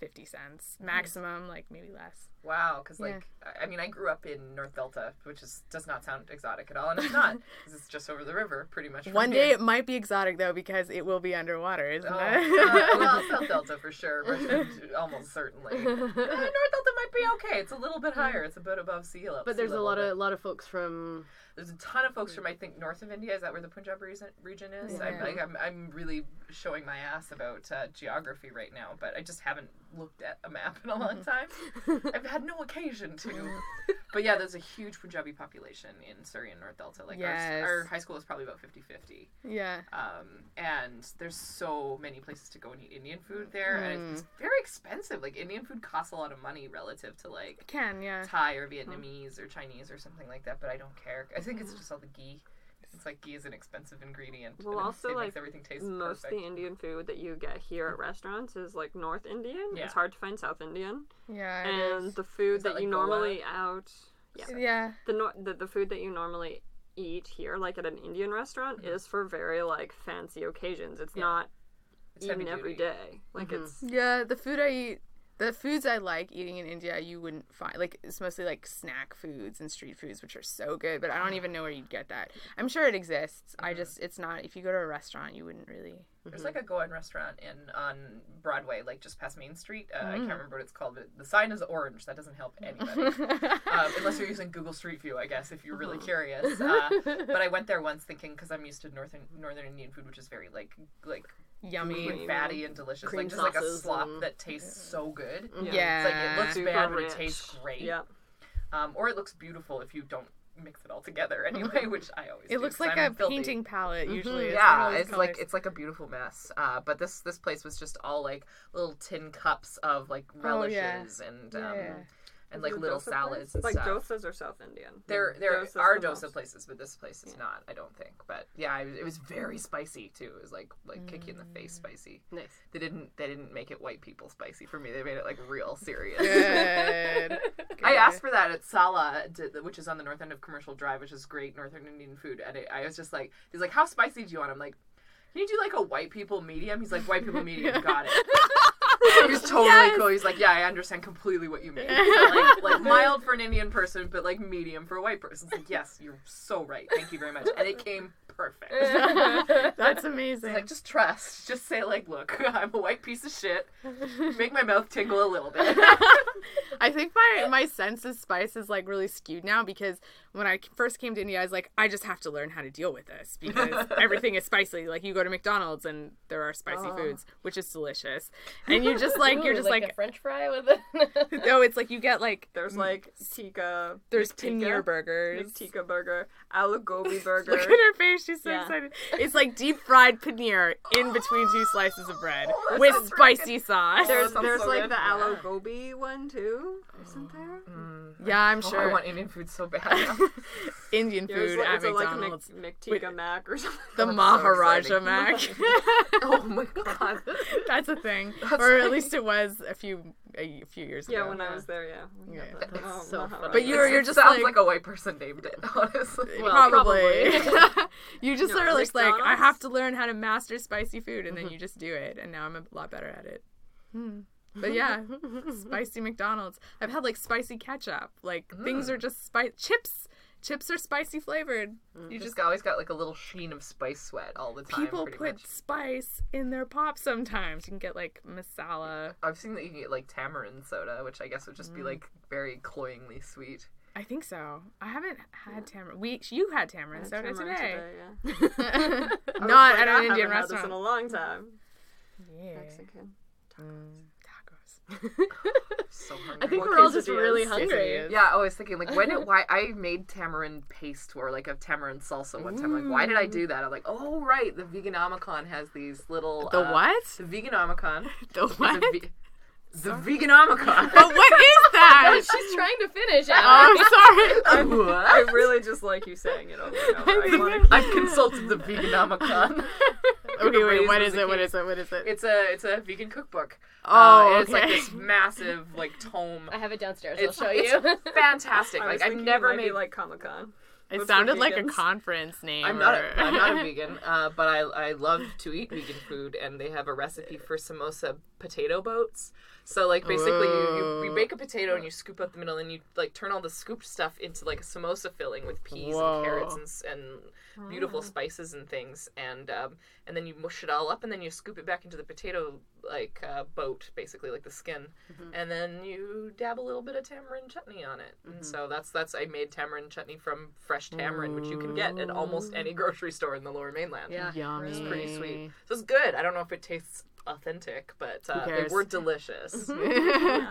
Speaker 4: fifty cents maximum, like maybe less.
Speaker 3: Wow, because
Speaker 4: Yeah.
Speaker 3: like I I mean, I grew up in North Delta, which is does not sound exotic at all, and it's
Speaker 4: [laughs]
Speaker 3: not 'cause it's just over the river, pretty much. from
Speaker 4: One day
Speaker 3: here.
Speaker 4: it might be exotic though because it will be underwater, isn't
Speaker 3: Oh,
Speaker 4: it? [laughs]
Speaker 3: uh, well, South Delta for sure, but almost certainly. Uh, North Delta might be okay. It's a little bit higher. It's a bit above sea level.
Speaker 2: But there's
Speaker 3: sea
Speaker 2: a
Speaker 3: level,
Speaker 2: lot of
Speaker 3: but
Speaker 2: a lot of folks from
Speaker 3: there's a ton of folks from I think north of India. Is that where the Punjab reason, region is? I'm
Speaker 4: Yeah.
Speaker 3: like I'm, I'm really showing my ass about uh, geography right now, but I just haven't looked at a map in a long time.
Speaker 4: Mm-hmm. [laughs]
Speaker 3: I've had no occasion to. But yeah, there's a huge Punjabi population in Surrey and North Delta. Like
Speaker 4: Yes.
Speaker 3: our, our high school is probably about 50-50.
Speaker 4: yeah.
Speaker 3: Um, and there's so many places to go and eat Indian food there, and
Speaker 4: Hmm.
Speaker 3: it's very expensive. Like Indian food costs a lot of money relative to like
Speaker 4: Can yeah.
Speaker 3: Thai
Speaker 5: Uh-huh.
Speaker 3: or Vietnamese or Chinese or something like that, but I don't care. I think it's just all the ghee. It's like ghee is an expensive ingredient.
Speaker 5: Mm-hmm. Well,
Speaker 3: and
Speaker 5: also,
Speaker 3: it
Speaker 5: like,
Speaker 3: makes everything taste
Speaker 5: Most of
Speaker 3: perfect.
Speaker 5: the Indian food that you get here at restaurants is like North Indian.
Speaker 3: Yeah.
Speaker 5: It's hard to find South Indian.
Speaker 4: Yeah. it
Speaker 5: and
Speaker 4: is.
Speaker 5: the food
Speaker 3: Is that
Speaker 5: that, you
Speaker 3: like Goa?
Speaker 5: normally out yeah
Speaker 4: yeah.
Speaker 5: the, nor- the the food that you normally eat here like at an Indian restaurant
Speaker 3: Mm-hmm.
Speaker 5: is for very like fancy occasions. It's not
Speaker 3: It's
Speaker 5: eaten
Speaker 3: heavy
Speaker 5: every
Speaker 3: duty. Mm-hmm.
Speaker 5: day. Like it's
Speaker 4: Yeah, the food I eat, the foods I like eating in India, you wouldn't find. Like, it's mostly like snack foods and street foods, which are so good, but I don't even know where you'd get that. I'm sure it exists. I just, it's not, if you go to a restaurant, you wouldn't really. [laughs]
Speaker 3: There's like a Goan restaurant in on Broadway, like just past Main Street. Uh, I can't
Speaker 5: Mm.
Speaker 3: remember what it's called, but the sign is orange. That doesn't help
Speaker 5: [laughs]
Speaker 3: anybody. um, unless you're using Google Street View, I guess, if you're really
Speaker 5: Uh-huh. [laughs]
Speaker 3: curious. Uh, but I went there once thinking because I'm used to northern Northern Indian food, which is very like like
Speaker 4: Yummy.
Speaker 3: creamy and fatty and delicious,
Speaker 2: Cream
Speaker 3: like just like a
Speaker 2: sauces
Speaker 3: slop
Speaker 2: and-
Speaker 3: that tastes so good.
Speaker 4: Yeah.
Speaker 3: It's like it looks
Speaker 5: super
Speaker 3: bad, but
Speaker 5: rich.
Speaker 3: it tastes great.
Speaker 5: Yeah.
Speaker 3: Um, or it looks beautiful if you don't mix it all together
Speaker 4: [laughs]
Speaker 3: anyway, which I always.
Speaker 4: It
Speaker 3: do
Speaker 4: looks
Speaker 3: 'cause
Speaker 4: like
Speaker 3: I'm
Speaker 4: a
Speaker 3: filthy.
Speaker 4: painting Mm-hmm. palette usually. It's not all
Speaker 3: Mm-hmm. Yeah,
Speaker 4: these
Speaker 3: it's like
Speaker 4: colours.
Speaker 3: it's like a beautiful mess. Uh, but this this place was just all like little tin cups of like
Speaker 4: Oh, yeah.
Speaker 3: relishes and um,
Speaker 4: Yeah.
Speaker 3: and
Speaker 5: Is
Speaker 3: like
Speaker 5: it a
Speaker 3: little
Speaker 5: dosa
Speaker 3: salads
Speaker 5: place?
Speaker 3: and
Speaker 5: like
Speaker 3: stuff.
Speaker 5: dosas are South Indian.
Speaker 3: There, there
Speaker 5: Dosa's
Speaker 3: are
Speaker 5: the
Speaker 3: dosa
Speaker 5: most.
Speaker 3: places, but this place is not. I don't think. But yeah, I, it was very spicy too. It was like like kick you in the
Speaker 4: Mm.
Speaker 3: face spicy.
Speaker 2: Nice.
Speaker 3: They didn't they didn't make it white people spicy for me. They made it like real serious.
Speaker 4: [laughs] Good.
Speaker 3: [laughs] I asked for that at Sala, d- which is on the north end of Commercial Drive, which is great Northern Indian food. And it, I was just like, he's like, how spicy do you want? I'm like, can you do like a white people medium? He's like, white people medium, got it. he was totally cool. He's like, yeah, I understand completely what you mean. So, like, like mild for an Indian person, but like medium for a white person. It's like, yes, you're so right. Thank you very much. And it came perfect. It's
Speaker 4: That's amazing.
Speaker 3: [laughs] like, just trust. Just say like, look, [laughs] I'm a white piece of shit. Make my mouth tingle a little bit.
Speaker 4: I think my my sense of spice is like really skewed now because when I first came to India, I was like, I just have to learn how to deal with this
Speaker 3: [laughs]
Speaker 4: because everything is spicy. Like you go to McDonald's and there are spicy
Speaker 3: Oh.
Speaker 4: foods, which is delicious, and you
Speaker 3: [laughs]
Speaker 4: just like you're
Speaker 2: Ooh,
Speaker 4: just
Speaker 2: a [laughs]
Speaker 4: like,
Speaker 2: French fry with a.
Speaker 4: oh, it's like you get like
Speaker 3: Mm-hmm.
Speaker 5: There's like tikka.
Speaker 4: there's
Speaker 5: McTikka,
Speaker 4: paneer burgers.
Speaker 5: McTikka burger, aloo gobi
Speaker 4: [laughs]
Speaker 5: burger.
Speaker 4: Look at her face; she's so
Speaker 5: Yeah.
Speaker 4: excited. It's like deep fried paneer in between two slices of bread with spicy sauce.
Speaker 5: There's
Speaker 3: sounds
Speaker 5: there's
Speaker 3: so
Speaker 5: like
Speaker 3: good.
Speaker 5: the aloo gobi one too,
Speaker 3: Mm.
Speaker 5: isn't there?
Speaker 4: yeah, I'm
Speaker 3: Oh, [laughs]
Speaker 4: sure
Speaker 3: I want Indian food so bad. now. [laughs]
Speaker 4: Indian
Speaker 5: There's
Speaker 4: food
Speaker 5: like,
Speaker 4: at
Speaker 5: it's a, like
Speaker 4: McDonald's.
Speaker 5: Mc, Oh, McTikka mac or [laughs] something.
Speaker 4: the
Speaker 3: so
Speaker 4: Maharaja
Speaker 3: exciting.
Speaker 5: [laughs]
Speaker 4: Mac.
Speaker 3: oh my god.
Speaker 4: That's a thing, or at least it was a few a few years
Speaker 5: yeah,
Speaker 4: ago.
Speaker 5: when I was there, yeah. We got
Speaker 4: Yeah.
Speaker 5: that.
Speaker 2: It's
Speaker 5: Oh,
Speaker 2: so
Speaker 5: Maharaja.
Speaker 2: funny.
Speaker 4: But you're
Speaker 3: It
Speaker 4: you're just
Speaker 3: sounds
Speaker 4: like,
Speaker 3: like, a white person named it, honestly.
Speaker 2: Well,
Speaker 4: probably. [laughs]
Speaker 5: [laughs]
Speaker 4: you just
Speaker 5: No,
Speaker 4: are just like I
Speaker 5: McDonald's? Mm-hmm.
Speaker 4: have to learn how to master spicy food, and then you just do it, and now I'm a lot better at it. Hmm.
Speaker 5: [laughs]
Speaker 4: But yeah, spicy McDonald's. I've had like spicy ketchup. Like things
Speaker 5: Mm.
Speaker 4: are just spice chips. Chips are spicy flavored.
Speaker 3: you just always got like a little sheen of spice sweat all the time.
Speaker 4: People
Speaker 3: pretty
Speaker 4: put
Speaker 3: much.
Speaker 4: spice in their pop sometimes. You can get like masala.
Speaker 3: I've seen that you can get like tamarind soda, which I guess would just be like very cloyingly sweet.
Speaker 4: I think so. I haven't had tamarind. We you had tamarind
Speaker 5: That's
Speaker 4: soda
Speaker 5: what I
Speaker 4: today.
Speaker 5: learned
Speaker 4: [laughs]
Speaker 5: yeah. [laughs] I was
Speaker 4: Not
Speaker 5: like,
Speaker 4: at
Speaker 5: I
Speaker 4: an
Speaker 5: haven't
Speaker 4: Indian
Speaker 5: had this in
Speaker 4: restaurant.
Speaker 5: a long time.
Speaker 4: Yeah.
Speaker 5: Mexican.
Speaker 4: Tacos.
Speaker 3: So
Speaker 2: I
Speaker 3: hungry.
Speaker 2: think [laughs]
Speaker 5: What
Speaker 2: we're all just
Speaker 5: quesadillas?
Speaker 2: really
Speaker 5: Yes, it
Speaker 2: hungry. [laughs]
Speaker 3: [laughs]
Speaker 4: is.
Speaker 3: yeah, I was thinking like when did why I made tamarind paste or like a tamarind salsa one time. Like why did I do that? I'm like, oh right, the Veganomicon has these little
Speaker 4: The
Speaker 3: uh,
Speaker 4: what? [laughs]
Speaker 3: The Veganomicon.
Speaker 4: The what?
Speaker 3: The, ve- the Veganomicon.
Speaker 4: but Oh, what is that?
Speaker 2: [laughs] She's trying to finish. Alex. [laughs]
Speaker 4: oh,
Speaker 3: [laughs]
Speaker 4: I'm sorry.
Speaker 5: [laughs] I really just like you saying it over and over. I wanna
Speaker 3: I've consulted the Veganomicon. [laughs]
Speaker 4: Okay, wait. What
Speaker 3: Raisins
Speaker 4: is
Speaker 3: and
Speaker 4: it? What
Speaker 3: Keys.
Speaker 4: is it? What is it?
Speaker 3: It's a it's a vegan cookbook. Uh,
Speaker 4: Oh,
Speaker 3: and it's like
Speaker 4: okay.
Speaker 3: this massive like tome.
Speaker 2: I [laughs] have it downstairs.
Speaker 3: It's,
Speaker 2: I'll show
Speaker 3: it's
Speaker 2: you.
Speaker 3: fantastic.
Speaker 5: I
Speaker 3: Like
Speaker 5: was
Speaker 3: I've
Speaker 5: thinking
Speaker 3: never
Speaker 5: it might be
Speaker 3: made.
Speaker 5: like Comic Con.
Speaker 4: It
Speaker 5: for
Speaker 4: sounded like a
Speaker 5: vegans.
Speaker 4: conference name.
Speaker 3: I'm not
Speaker 4: or-
Speaker 3: a, I'm
Speaker 4: [laughs]
Speaker 3: not a vegan, uh, but I I love to eat vegan food, and they have a recipe for samosa potato boats. So like basically you, you, you
Speaker 4: Whoa.
Speaker 3: bake a potato and you scoop out the middle and you like turn all the scooped stuff into like a samosa filling with peas
Speaker 4: Whoa.
Speaker 3: and carrots and, s- and beautiful spices and things and um, and then you mush it all up and then you scoop it back into the potato like uh, boat basically like the skin and then you dab a little bit of tamarind chutney on it and so that's that's I made tamarind chutney from fresh tamarind which you can get at almost any grocery store in the Lower Mainland
Speaker 2: [laughs] Yeah.
Speaker 4: Yummy.
Speaker 3: it's pretty sweet so it's good I don't know if it tastes authentic but uh, they
Speaker 4: cares?
Speaker 3: were delicious.
Speaker 4: Always
Speaker 3: I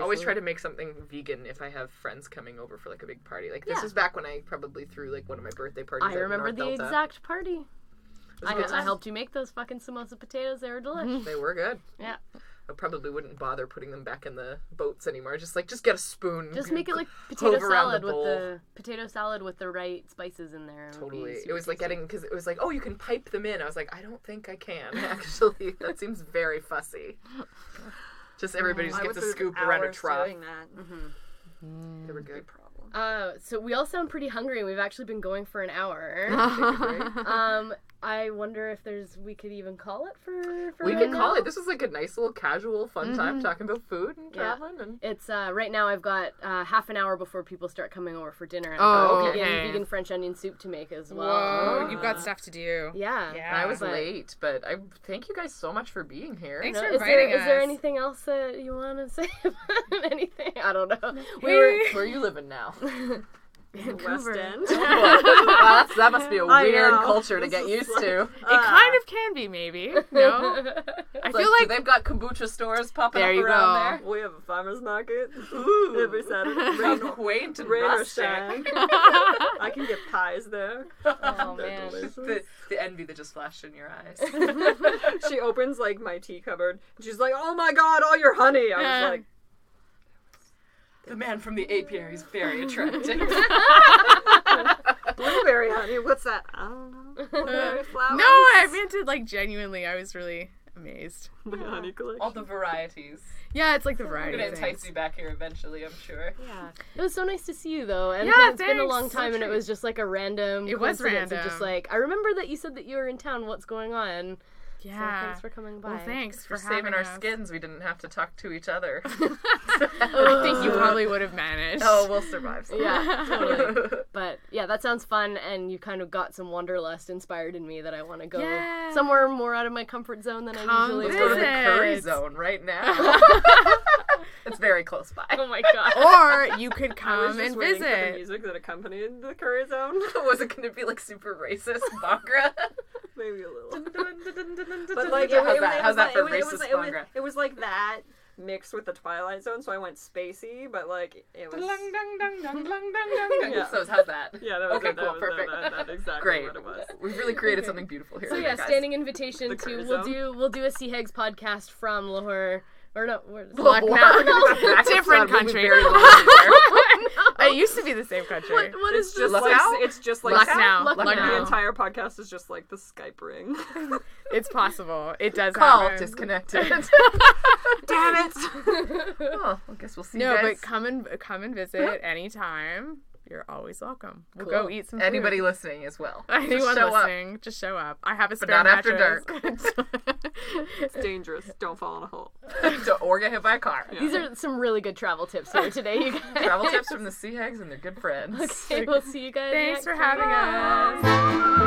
Speaker 3: always
Speaker 4: tastes
Speaker 3: try to make something vegan if I have friends coming over for like a big party. Like this
Speaker 2: Yeah.
Speaker 3: is back when I probably threw like one of my birthday parties.
Speaker 2: I
Speaker 3: out in
Speaker 2: remember
Speaker 3: North
Speaker 2: the
Speaker 3: Delta.
Speaker 2: exact party.
Speaker 3: It was
Speaker 2: I,
Speaker 3: a good
Speaker 2: I [laughs]
Speaker 3: time.
Speaker 2: helped you make those fucking samosa potatoes. They were delicious.
Speaker 3: They were good.
Speaker 2: Yeah.
Speaker 3: I probably wouldn't bother putting them back in the boats anymore. Just like just get a spoon.
Speaker 2: Just
Speaker 3: You
Speaker 2: make it
Speaker 3: go-
Speaker 2: like potato
Speaker 3: hover around the
Speaker 2: salad with
Speaker 3: bowl.
Speaker 2: the potato salad with the right spices in there. It would be
Speaker 3: [laughs] Totally. It
Speaker 2: super
Speaker 3: was like
Speaker 2: tasty.
Speaker 3: getting because it was like, oh, you can pipe them in. I was like, I don't think
Speaker 2: [laughs]
Speaker 3: I can [laughs] actually. that seems very fussy. Just
Speaker 2: Mm.
Speaker 3: everybody just
Speaker 5: I
Speaker 3: gets
Speaker 5: would
Speaker 3: a
Speaker 5: lose
Speaker 3: scoop around a
Speaker 5: hours
Speaker 3: trough.
Speaker 5: Doing that.
Speaker 3: Mm-hmm. They were good.
Speaker 5: Problem.
Speaker 2: Uh, so we all sound pretty hungry. and We've actually been going for an hour.
Speaker 3: [laughs]
Speaker 4: [laughs]
Speaker 2: um, I wonder if there's we could even call it for. for
Speaker 3: We
Speaker 2: right
Speaker 3: could
Speaker 2: now?
Speaker 3: call it. This was like a nice little casual fun
Speaker 4: Mm-hmm.
Speaker 3: time talking about food and
Speaker 2: Yeah.
Speaker 3: traveling and
Speaker 2: It's uh, right now. I've got uh, half an hour before people start coming over for dinner, and
Speaker 4: Oh,
Speaker 2: I've got vegan,
Speaker 4: okay.
Speaker 2: vegan French onion soup to make as well.
Speaker 4: Whoa, you've got stuff to do.
Speaker 2: Yeah.
Speaker 4: Yeah.
Speaker 3: And I was
Speaker 2: But-
Speaker 3: late, but I thank you guys so much for being here.
Speaker 4: Thanks
Speaker 2: No,
Speaker 4: for
Speaker 2: is there
Speaker 4: inviting
Speaker 2: is
Speaker 4: us.
Speaker 2: there anything else that you want to [laughs] say about anything? I don't [laughs] know. We were
Speaker 3: Where are you living [laughs]
Speaker 4: [laughs]
Speaker 3: now?
Speaker 5: The West
Speaker 2: Vancouver.
Speaker 5: End.
Speaker 3: wow, that's, that must be a
Speaker 5: I
Speaker 3: weird
Speaker 5: know.
Speaker 3: culture to
Speaker 5: This
Speaker 3: get
Speaker 5: is
Speaker 3: used [laughs]
Speaker 5: like-
Speaker 3: to.
Speaker 4: It
Speaker 5: Uh,
Speaker 4: kind of can be, maybe.
Speaker 2: Oh,
Speaker 4: No, I
Speaker 3: Like,
Speaker 4: feel
Speaker 3: do
Speaker 4: like
Speaker 3: they've got kombucha stores popping
Speaker 4: There
Speaker 3: up
Speaker 4: you
Speaker 3: around
Speaker 5: We have a farmer's market
Speaker 3: Ooh. [laughs]
Speaker 5: every Saturday.
Speaker 3: there.
Speaker 5: Rain,
Speaker 4: [laughs]
Speaker 3: How quaint and
Speaker 5: rain or
Speaker 3: rustic.
Speaker 5: shine. I can get pies there.
Speaker 4: oh
Speaker 3: [laughs]
Speaker 4: man,
Speaker 3: The, the envy that just flashed in your [laughs] eyes.
Speaker 5: She opens like my tea cupboard. and She's like, "Oh my god, all your honey!" I was like,
Speaker 3: The man from the apiary is very attractive.
Speaker 4: [laughs]
Speaker 5: Blueberry honey, what's that? I don't know. Blueberry flowers.
Speaker 4: No, I meant it like genuinely. I was really amazed.
Speaker 5: [laughs] The honey collection.
Speaker 3: All the varieties.
Speaker 4: Yeah, it's like the
Speaker 3: I'm
Speaker 4: variety.
Speaker 3: gonna
Speaker 4: of
Speaker 3: entice
Speaker 4: things.
Speaker 3: you back here eventually, I'm sure.
Speaker 5: yeah.
Speaker 2: It was so nice to see you though, and
Speaker 4: Yeah,
Speaker 2: it's been a
Speaker 4: thanks.
Speaker 2: long
Speaker 4: So
Speaker 2: time, and it
Speaker 4: true.
Speaker 2: was just like a random.
Speaker 4: It was
Speaker 2: coincidence of Just
Speaker 4: random.
Speaker 2: like I remember that you said that you were in town. What's going on? So
Speaker 4: Yeah.
Speaker 2: thanks for coming by.
Speaker 4: well, thanks for,
Speaker 3: We're saving
Speaker 4: having
Speaker 3: our
Speaker 4: us.
Speaker 3: skins. We didn't have to talk to each other.
Speaker 4: [laughs] I think you probably would have managed.
Speaker 3: oh, we'll survive. somehow.
Speaker 2: Yeah,
Speaker 3: [laughs]
Speaker 4: [laughs]
Speaker 2: totally. But yeah, that sounds fun, and you kind of got some wanderlust inspired in me that I want to go
Speaker 4: Yeah.
Speaker 2: somewhere more out of my comfort zone than I
Speaker 4: Come
Speaker 2: usually
Speaker 3: Let's
Speaker 4: visit.
Speaker 3: go to the
Speaker 2: do.
Speaker 3: curry
Speaker 4: Visit.
Speaker 3: zone right now. it's very close
Speaker 2: [laughs]
Speaker 4: [laughs]
Speaker 3: by. [laughs]
Speaker 2: Oh my god.
Speaker 4: or you could
Speaker 5: I was
Speaker 4: come
Speaker 5: just
Speaker 4: and
Speaker 5: waiting for the
Speaker 4: visit.
Speaker 5: music that accompanied the curry zone. [laughs]
Speaker 3: Was it gonna be like super racist, [laughs] Bagra?
Speaker 5: Maybe a little.
Speaker 3: [laughs] but
Speaker 5: But like,
Speaker 3: yeah, how's
Speaker 5: it, it,
Speaker 3: that?
Speaker 5: it
Speaker 3: How's
Speaker 5: was
Speaker 3: that
Speaker 5: like,
Speaker 3: for
Speaker 5: it, was- it was,
Speaker 3: racist,
Speaker 5: it, was,
Speaker 3: Bagra?
Speaker 5: it was like that mixed with the Twilight Zone, so I went spacey, but like it was. Yeah.
Speaker 3: So how's that?
Speaker 5: Yeah, that was
Speaker 3: Okay,
Speaker 5: it, that
Speaker 3: cool,
Speaker 5: was it,
Speaker 3: perfect.
Speaker 5: that- that's exactly
Speaker 3: Great.
Speaker 5: what it was.
Speaker 3: We've really created something beautiful here.
Speaker 2: So yeah,
Speaker 3: guys. [laughs]
Speaker 2: standing invitation
Speaker 5: The
Speaker 2: to
Speaker 5: curry
Speaker 2: we'll
Speaker 5: zone.
Speaker 2: do we'll do a Sea Hags podcast from Lahore or no where,
Speaker 4: Black
Speaker 3: Wow,
Speaker 4: Mountain.
Speaker 3: [laughs] that's
Speaker 4: Different
Speaker 3: Pakistan. We'll be
Speaker 4: country.
Speaker 3: very lonely there. Oh.
Speaker 4: It used to be the same country.
Speaker 2: What, what
Speaker 3: [laughs]
Speaker 2: is
Speaker 5: It's just
Speaker 2: this?
Speaker 3: Lucknow?
Speaker 5: like it's just like
Speaker 4: Lucknow.
Speaker 2: Lucknow.
Speaker 5: The
Speaker 4: Lucknow.
Speaker 5: entire podcast is just like the
Speaker 3: [laughs]
Speaker 5: Skype ring.
Speaker 4: It's possible. It does
Speaker 3: Call
Speaker 4: happen.
Speaker 3: disconnected. [laughs]
Speaker 5: Damn it!
Speaker 3: oh, I guess we'll see
Speaker 4: No,
Speaker 3: you guys.
Speaker 4: but come and come and visit anytime. You're always welcome. We'll go
Speaker 2: Cool.
Speaker 4: eat some.
Speaker 3: Anybody
Speaker 4: food. [laughs]
Speaker 3: listening as well. Just
Speaker 4: Anyone
Speaker 3: show up.
Speaker 4: listening, just show up. I have a spare
Speaker 3: not after
Speaker 4: mattress.
Speaker 3: [laughs]
Speaker 5: It's [laughs] dangerous. Don't fall in a hole.
Speaker 3: to or get hit by a car.
Speaker 2: These are some really good travel tips here today,
Speaker 4: [laughs]
Speaker 2: you guys.
Speaker 3: Travel tips from the Sea Hags and their good friends.
Speaker 2: Okay, we'll see you guys.
Speaker 4: [laughs]
Speaker 2: next
Speaker 4: Thanks for
Speaker 2: time.
Speaker 4: having us.